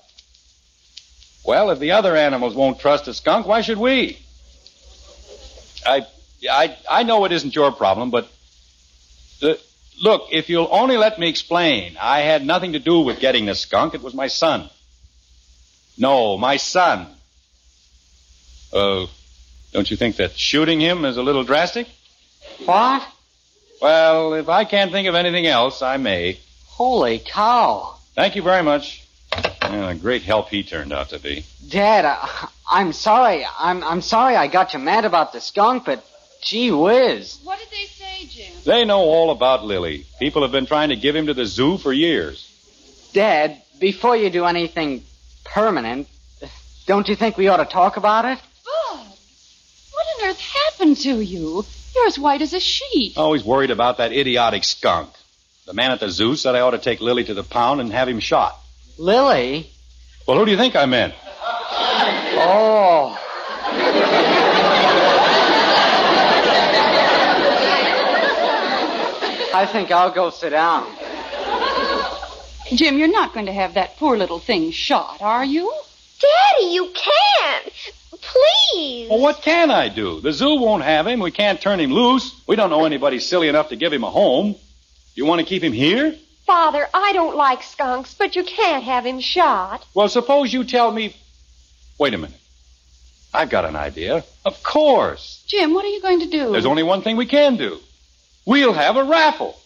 Speaker 12: Well, if the other animals won't trust a skunk, why should we? I, I, I know it isn't your problem, but uh, look, if you'll only let me explain, I had nothing to do with getting the skunk. It was my son. No, my son. Oh, don't you think that shooting him is a little drastic?
Speaker 14: What?
Speaker 12: Well, if I can't think of anything else, I may.
Speaker 14: Holy cow.
Speaker 12: Thank you very much. Yeah, a great help he turned out to be.
Speaker 14: Dad, I, I'm sorry. I'm, I'm sorry I got you mad about the skunk, but gee whiz.
Speaker 13: What did they say, Jim?
Speaker 12: They know all about Lily. People have been trying to give him to the zoo for years.
Speaker 14: Dad, before you do anything permanent, don't you think we ought to talk about it?
Speaker 13: Bud, what on earth happened to you? You're as white as a sheet.
Speaker 12: Always worried about that idiotic skunk. The man at the zoo said I ought to take Lily to the pound and have him shot.
Speaker 14: Lily?
Speaker 12: Well, who do you think I meant?
Speaker 14: Oh. I think I'll go sit down.
Speaker 13: Jim, you're not going to have that poor little thing shot, are you?
Speaker 10: Daddy, you can't. Please.
Speaker 12: Well, what can I do? The zoo won't have him. We can't turn him loose. We don't know anybody silly enough to give him a home. You want to keep him here?
Speaker 10: Father, I don't like skunks, but you can't have him shot.
Speaker 12: Well, suppose you tell me. Wait a minute. I've got an idea. Of course.
Speaker 13: Jim, what are you going to do?
Speaker 12: There's only one thing we can do. We'll have a raffle.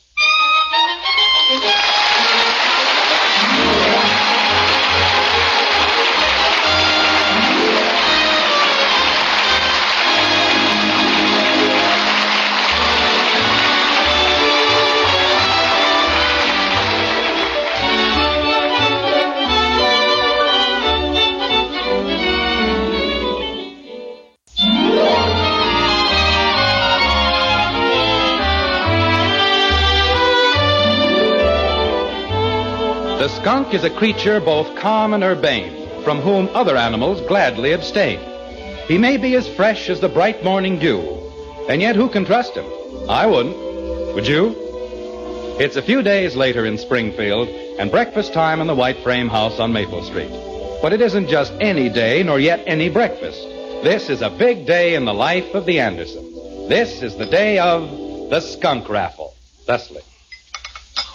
Speaker 12: The skunk is a creature both calm and urbane, from whom other animals gladly abstain. He may be as fresh as the bright morning dew, and yet who can trust him? I wouldn't. Would you? It's a few days later in Springfield, and breakfast time in the white frame house on Maple Street. But it isn't just any day, nor yet any breakfast. This is a big day in the life of the Anderson. This is the day of the skunk raffle. Thusly.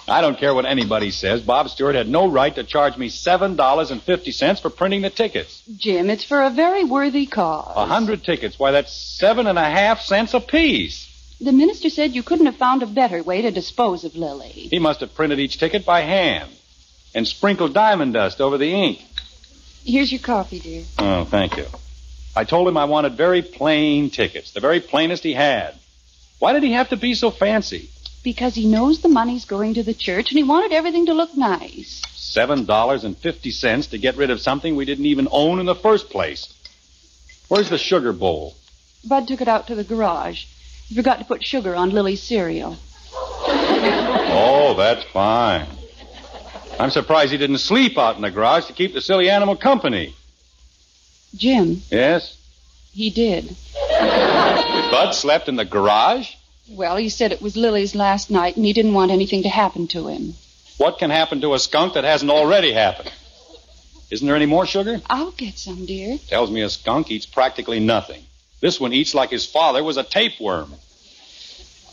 Speaker 12: I don't care what anybody says. Bob Stewart had no right to charge me $7.50 for printing the tickets.
Speaker 13: Jim, it's for a very worthy cause.
Speaker 12: A hundred tickets. Why, that's seven and a half cents apiece.
Speaker 13: The minister said you couldn't have found a better way to dispose of Lily.
Speaker 12: He must have printed each ticket by hand and sprinkled diamond dust over the ink.
Speaker 13: Here's your coffee, dear.
Speaker 12: Oh, thank you. I told him I wanted very plain tickets, the very plainest he had. Why did he have to be so fancy?
Speaker 13: Because he knows the money's going to the church and he wanted everything to look nice.
Speaker 12: Seven dollars and fifty cents to get rid of something we didn't even own in the first place. Where's the sugar bowl?
Speaker 13: Bud took it out to the garage. He forgot to put sugar on Lily's cereal.
Speaker 12: Oh, that's fine. I'm surprised he didn't sleep out in the garage to keep the silly animal company.
Speaker 13: Jim,
Speaker 12: Yes?
Speaker 13: he did.
Speaker 12: Bud slept in the garage?
Speaker 13: Well, he said it was Lily's last night and he didn't want anything to happen to him.
Speaker 12: What can happen to a skunk that hasn't already happened? Isn't there any more sugar?
Speaker 13: I'll get some, dear.
Speaker 12: Tells me a skunk eats practically nothing. This one eats like his father was a tapeworm.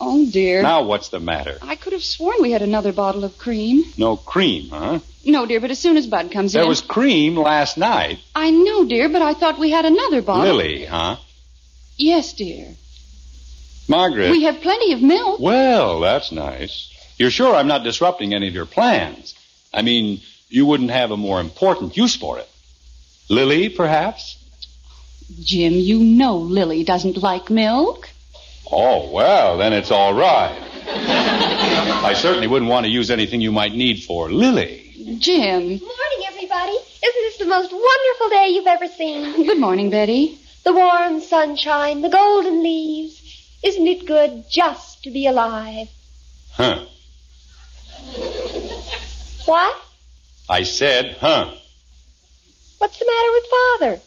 Speaker 13: Oh, dear.
Speaker 12: Now what's the matter?
Speaker 13: I could have sworn we had another bottle of cream.
Speaker 12: No cream, huh?
Speaker 13: No, dear, but as soon as Bud comes
Speaker 12: There
Speaker 13: in.
Speaker 12: was cream last night.
Speaker 13: I know, dear, but I thought we had another bottle.
Speaker 12: Lily, huh?
Speaker 13: Yes, dear.
Speaker 12: Margaret.
Speaker 13: We have plenty of milk.
Speaker 12: Well, that's nice. You're sure I'm not disrupting any of your plans? I mean, you wouldn't have a more important use for it. Lily, perhaps?
Speaker 13: Jim, you know Lily doesn't like milk.
Speaker 12: Oh, well, then it's all right. I certainly wouldn't want to use anything you might need for Lily.
Speaker 13: Jim.
Speaker 10: Morning, everybody. Isn't this the most wonderful day you've ever seen?
Speaker 13: Good morning, Betty.
Speaker 10: The warm sunshine, the golden leaves. Isn't it good just to be alive?
Speaker 12: Huh.
Speaker 10: What?
Speaker 12: I said, huh.
Speaker 10: What's the matter with Father?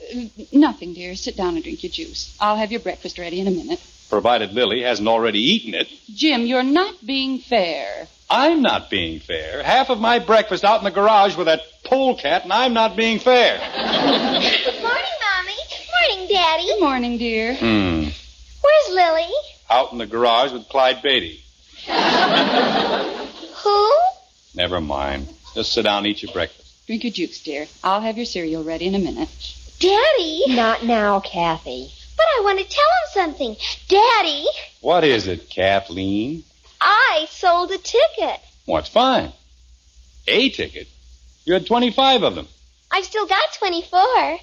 Speaker 13: Uh, Nothing, dear. Sit down and drink your juice. I'll have your breakfast ready in a minute.
Speaker 12: Provided Lily hasn't already eaten it.
Speaker 13: Jim, you're not being fair.
Speaker 12: I'm not being fair. Half of my breakfast out in the garage with that polecat, and I'm not being fair.
Speaker 10: Good morning, Mommy. Morning, Daddy.
Speaker 13: Good morning, dear.
Speaker 12: Hmm.
Speaker 10: Where's Lily?
Speaker 12: Out in the garage with Clyde Beatty.
Speaker 10: Who?
Speaker 12: Never mind. Just sit down and eat your breakfast.
Speaker 13: Drink your juice, dear. I'll have your cereal ready in a minute.
Speaker 10: Daddy? Not now, Kathy. But I want to tell him something. Daddy,
Speaker 12: What is it, Kathleen?
Speaker 10: I sold a ticket.
Speaker 12: What's fine? A ticket? You had 25 of them.
Speaker 10: I've still got 24.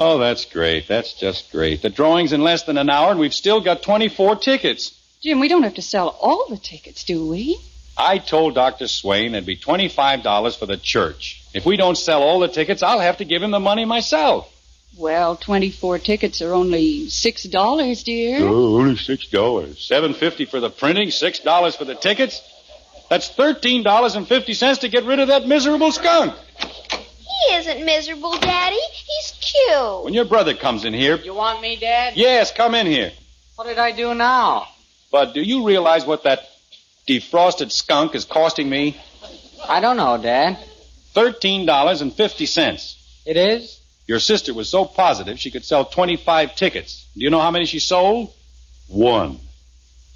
Speaker 12: Oh, that's great. That's just great. The drawing's in less than an hour, and we've still got 24 tickets.
Speaker 13: Jim, we don't have to sell all the tickets, do we?
Speaker 12: I told Dr. Swain it'd be $25 for the church. If we don't sell all the tickets, I'll have to give him the money myself.
Speaker 13: Well, 24 tickets are only $6, dear.
Speaker 12: only $6. $7.50 for the printing, $6 for the tickets. That's $13.50 to get rid of that miserable skunk.
Speaker 10: He isn't miserable, Daddy. He's cute.
Speaker 12: When your brother comes in here.
Speaker 14: You want me, Dad?
Speaker 12: Yes, come in here.
Speaker 14: What did I do now?
Speaker 12: But do you realize what that defrosted skunk is costing me?
Speaker 14: I don't know, Dad.
Speaker 12: $13.50.
Speaker 14: It is?
Speaker 12: Your sister was so positive she could sell 25 tickets. Do you know how many she sold? One.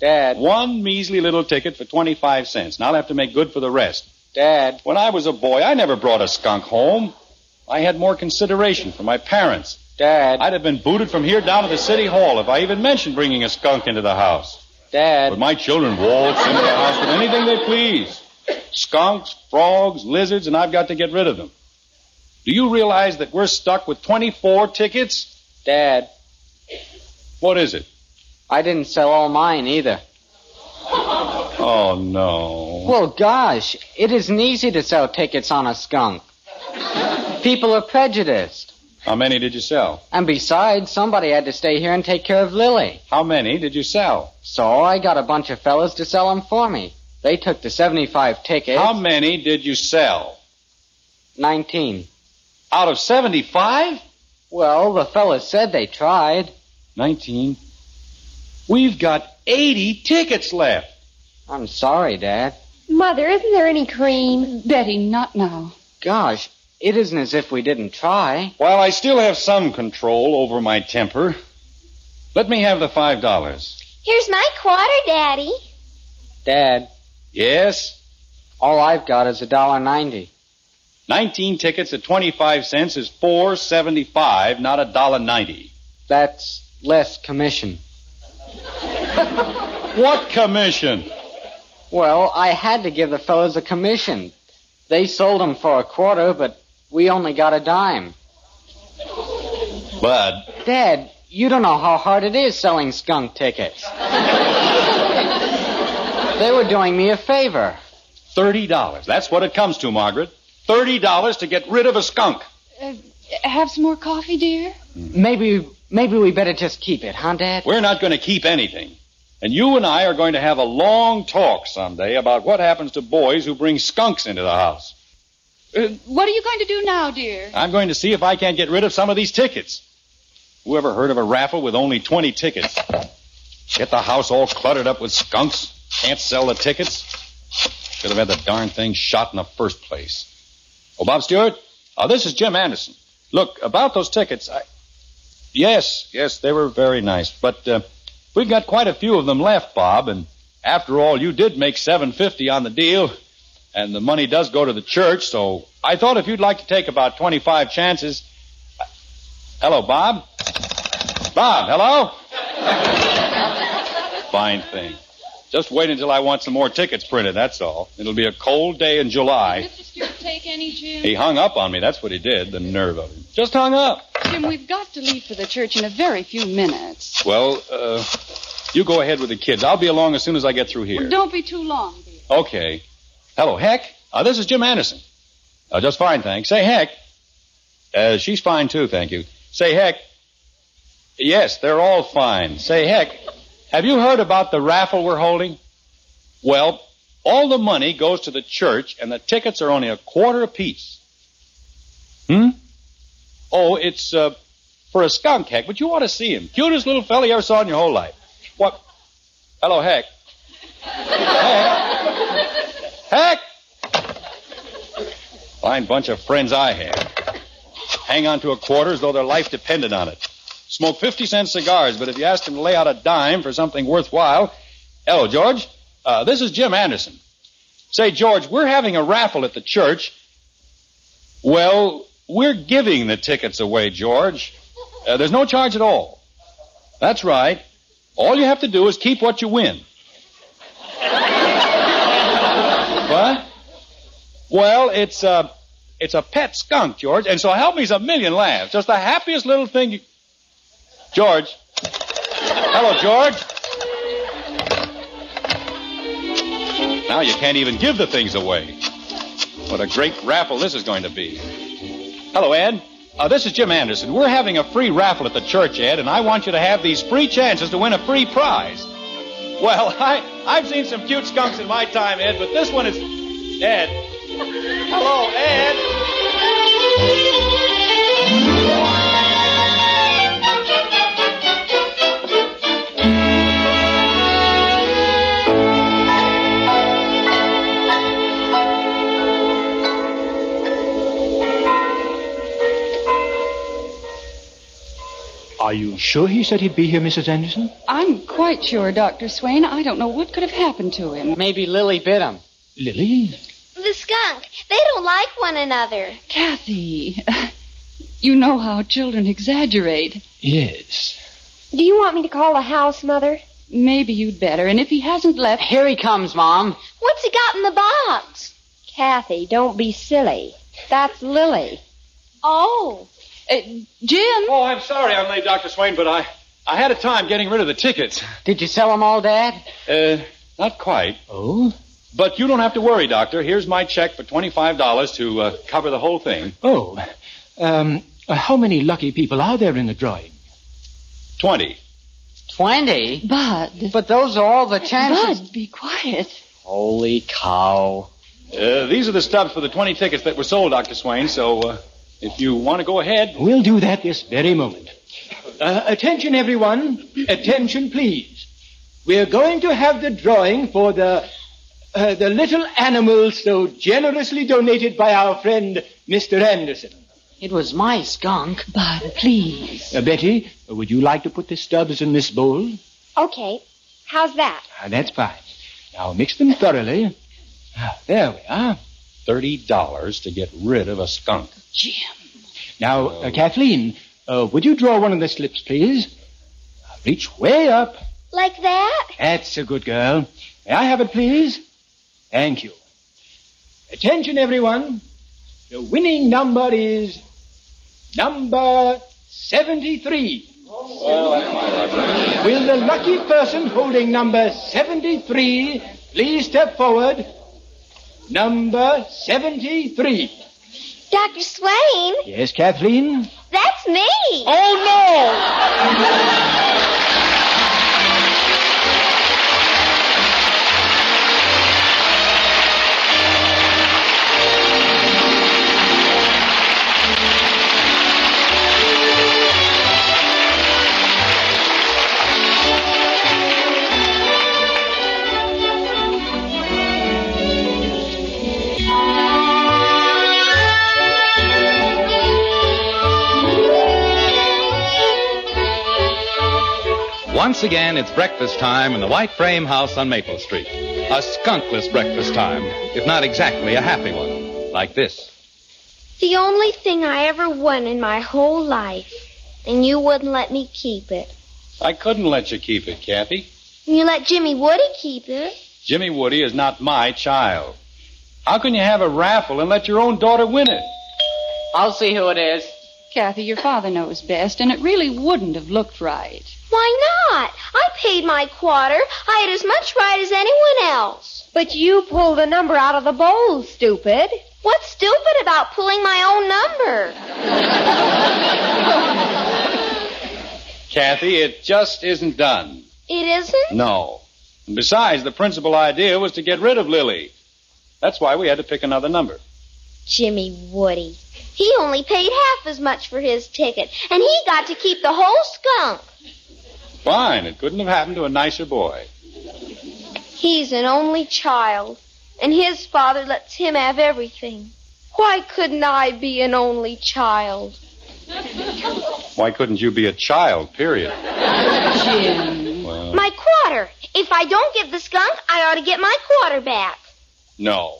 Speaker 14: Dad.
Speaker 12: One measly little ticket for 25 cents, and I'll have to make good for the rest.
Speaker 14: Dad.
Speaker 12: When I was a boy, I never brought a skunk home. I had more consideration for my parents.
Speaker 14: Dad.
Speaker 12: I'd have been booted from here down to the city hall if I even mentioned bringing a skunk into the house.
Speaker 14: Dad.
Speaker 12: But my children waltz into the house with anything they please skunks, frogs, lizards, and I've got to get rid of them. Do you realize that we're stuck with 24 tickets?
Speaker 14: Dad.
Speaker 12: What is it?
Speaker 14: I didn't sell all mine either.
Speaker 12: Oh, no.
Speaker 14: Well, gosh, it isn't easy to sell tickets on a skunk. People are prejudiced.
Speaker 12: How many did you sell?
Speaker 14: And besides, somebody had to stay here and take care of Lily.
Speaker 12: How many did you sell?
Speaker 14: So I got a bunch of fellas to sell 'em for me. They took the 75 tickets.
Speaker 12: How many did you sell?
Speaker 14: 19.
Speaker 12: Out of 75?
Speaker 14: Well, the fellas said they tried.
Speaker 12: 19. We've got 80 tickets left.
Speaker 14: I'm sorry, Dad.
Speaker 10: Mother, isn't there any cream?
Speaker 13: Betty, not now.
Speaker 14: Gosh, it isn't as if we didn't try.
Speaker 12: While I still have some control over my temper, let me have the $5.
Speaker 10: Here's my quarter, Daddy.
Speaker 14: Dad,
Speaker 12: Yes?
Speaker 14: all I've got is a dollar ninety.
Speaker 12: 19 tickets at 25 cents is 4.75, not a dollar 90.
Speaker 14: That's less commission.
Speaker 12: What commission?
Speaker 14: Well, I had to give the fellas a commission. They sold 'em for a quarter, but we only got a dime.
Speaker 12: Bud,
Speaker 14: Dad, you don't know how hard it is selling skunk tickets. they were doing me a favor.
Speaker 12: $30. That's what it comes to, Margaret. $30 to get rid of a skunk.
Speaker 13: Uh, have some more coffee, dear?
Speaker 14: Maybe, maybe we better just keep it, huh, Dad?
Speaker 12: We're not going to keep anything. And you and I are going to have a long talk someday about what happens to boys who bring skunks into the house.
Speaker 13: What are you going to do now, dear?
Speaker 12: I'm going to see if I can't get rid of some of these tickets. Who ever heard of a raffle with only 20 tickets? Get the house all cluttered up with skunks. Can't sell the tickets. Should have had the darn thing shot in the first place. Oh, Bob Stewart? Uh, this is Jim Anderson. Look, about those tickets, I. Yes, yes, they were very nice. But uh, we've got quite a few of them left, Bob. And after all, you did make 750 on the deal and the money does go to the church, so I thought if you'd like to take about 25 chances, Hello, Bob. Bob, hello? Fine thing. Just wait until I want some more tickets printed, that's all. It'll be a cold day in July.
Speaker 13: Mr. Stewart, take any, Jim?
Speaker 12: He hung up on me, that's what he did, the nerve of him. Just hung up.
Speaker 13: Jim, we've got to leave for the church in a very few minutes.
Speaker 12: Well, uh, you go ahead with the kids. I'll be along as soon as I get through here.
Speaker 13: Don't be too long.
Speaker 12: Okay. Hello, Heck. Uh, this is Jim Anderson. Uh, just fine, thanks. Say, Heck. Uh, she's fine, too, thank you. Say, Heck. Yes, they're all fine. Say, Heck, have you heard about the raffle we're holding? Well, all the money goes to the church, and the tickets are only a quarter apiece. Hmm? Oh, it's uh, for a skunk, Heck, but you ought to see him. Cutest little fella you ever saw in your whole life. What? Hello, Heck. Heck! Fine bunch of friends I have. Hang on to a quarter as though their life depended on it. Smoke 50 cent cigars, but if you ask them to lay out a dime for something worthwhile. Hello, George. Uh, this is Jim Anderson. Say, George, we're having a raffle at the church. Well, we're giving the tickets away, George. Uh, there's no charge at all. That's right. All you have to do is keep what you win. What? Well, it's a it's a pet skunk, George, and so help me's a million laughs. Just the happiest little thing. You... George. Hello, George. Now you can't even give the things away. What a great raffle this is going to be. Hello, Ed. Uh, this is Jim Anderson. We're having a free raffle at the church, Ed, and I want you to have these free chances to win a free prize. Well, I, I've seen some cute skunks in my time, Ed, but this one is. Ed. Hello, Ed.
Speaker 15: Are you sure he said he'd be here, Mrs. Anderson?
Speaker 13: I'm quite sure, Dr. Swain. I don't know what could have happened to him.
Speaker 14: Maybe Lily bit him.
Speaker 15: Lily?
Speaker 10: The skunk. They don't like one another.
Speaker 13: Kathy, you know how children exaggerate.
Speaker 15: Yes.
Speaker 10: Do you want me to call the house, Mother?
Speaker 13: Maybe you'd better. And if he hasn't left.
Speaker 14: Here he comes, Mom.
Speaker 10: What's he got in the box? Kathy, don't be silly. That's Lily. Oh.
Speaker 13: Jim?
Speaker 12: Oh, I'm sorry I'm late, Dr. Swain, but I, I had a time getting rid of the tickets.
Speaker 14: Did you sell them all, Dad?
Speaker 12: Uh, not quite.
Speaker 15: Oh?
Speaker 12: But you don't have to worry, Doctor. Here's my check for $25 to uh, cover the whole thing.
Speaker 15: Oh. Um, how many lucky people are there in the drawing?
Speaker 12: 20.
Speaker 14: Twenty?
Speaker 13: Bud.
Speaker 14: But those are all the chances.
Speaker 13: Bud, be quiet.
Speaker 14: Holy cow.
Speaker 12: Uh, these are the stubs for the 20 tickets that were sold, Dr. Swain, so uh, if you want to go ahead.
Speaker 15: We'll do that this very moment. Uh, attention, everyone. Attention, please. We're going to have the drawing for the uh, the little animal so generously donated by our friend Mr. Anderson.
Speaker 14: It was my skunk.
Speaker 13: Bud, please.
Speaker 15: Uh, Betty, would you like to put the stubs in this bowl?
Speaker 10: Okay. How's that?
Speaker 15: Ah, that's fine. Now mix them thoroughly. Ah, there we are.
Speaker 12: $30 to get rid of a skunk.
Speaker 13: Jim.
Speaker 15: Now, uh, Kathleen, uh, would you draw one of the slips, please? Uh, Reach way up.
Speaker 10: Like that?
Speaker 15: That's a good girl. May I have it, please? Thank you. Attention, everyone. The winning number is number 73. Will the lucky person holding number 73 please step forward? Number 73.
Speaker 10: Dr. Swain,
Speaker 15: Yes, Kathleen?
Speaker 10: that's me.
Speaker 15: Oh,
Speaker 12: Once again, it's breakfast time in the white frame house on Maple Street. A skunkless breakfast time, if not exactly a happy one, like this.
Speaker 10: The only thing I ever won in my whole life Then you wouldn't let me keep it.
Speaker 16: I couldn't let you keep it, Kathy.
Speaker 10: And you let Jimmy Woody keep it.
Speaker 16: Jimmy Woody is not my child. How can you have a raffle and let your own daughter win it?
Speaker 14: I'll see who it is.
Speaker 13: Kathy, your father knows best, and it really wouldn't have looked right.
Speaker 10: Why not? I paid my quarter. I had as much right as anyone else. But you pulled a number out of the bowl, stupid. What's stupid about pulling my own number?
Speaker 16: Kathy, it just isn't done.
Speaker 10: it isn't?
Speaker 16: No. And besides, the principal idea was to get rid of Lily. That's why we had to pick another number.
Speaker 10: Jimmy Woody. He only paid half as much for his ticket, and he got to keep the whole skunk.
Speaker 16: Fine, it couldn't have happened to a nicer boy.
Speaker 10: He's an only child, and his father lets him have everything. Why couldn't I be an only child?
Speaker 16: Why couldn't you be a child, period?
Speaker 10: My quarter. If I don't get the skunk, I ought to get my quarter back.
Speaker 16: No.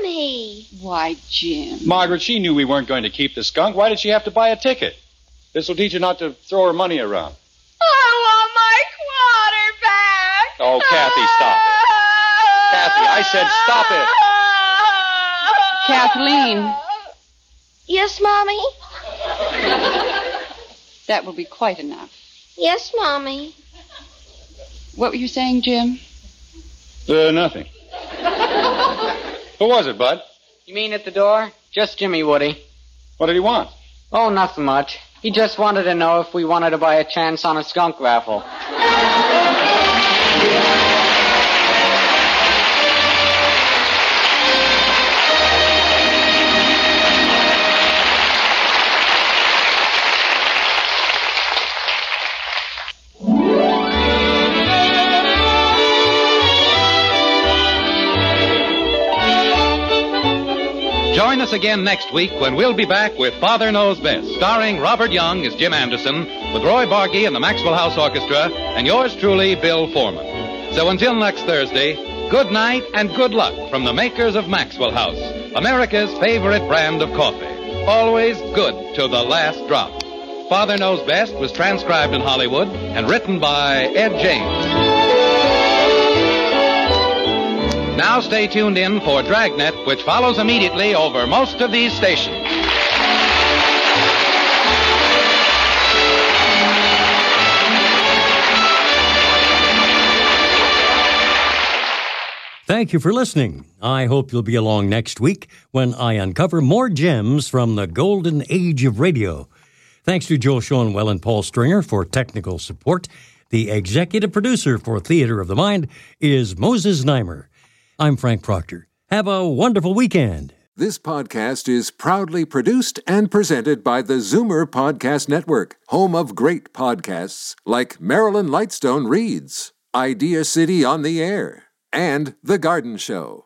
Speaker 10: Mommy.
Speaker 13: Why, Jim?
Speaker 16: Margaret, she knew we weren't going to keep the skunk. Why did she have to buy a ticket? This will teach her not to throw her money around.
Speaker 10: I
Speaker 16: Oh, Kathy, stop it. Kathy, I said stop it.
Speaker 13: Kathleen,
Speaker 10: Yes, Mommy?
Speaker 13: that will be quite enough.
Speaker 10: Yes, Mommy.
Speaker 13: What were you saying, Jim?
Speaker 16: Uh, nothing. Who was it, Bud?
Speaker 14: You mean at the door? Just Jimmy Woody.
Speaker 16: What did he want?
Speaker 14: Oh, nothing much. He just wanted to know if we wanted to buy a chance on a skunk raffle.
Speaker 16: Join us again next week when we'll be back with Father Knows Best, starring Robert Young as Jim Anderson, with Roy Bargy and the Maxwell House Orchestra, and yours truly, Bill Foreman. So until next Thursday, good night and good luck from the makers of Maxwell House, America's favorite brand of coffee. Always good to the last drop. Father Knows Best was transcribed in Hollywood and written by Ed James. Now stay tuned in for Dragnet, which follows immediately over most of these stations.
Speaker 1: Thank you for listening. I hope you'll be along next week when I uncover more gems from the golden age of radio. Thanks to Joel Schoenwell and Paul Stringer for technical support. The executive producer for Theater of the Mind is Moses Neimer. I'm Frank Proctor. Have a wonderful weekend.
Speaker 17: This podcast is proudly produced and presented by the Zoomer Podcast Network, home of great podcasts like Marilyn Lightstone Reads, Idea City on the Air, and The Garden Show.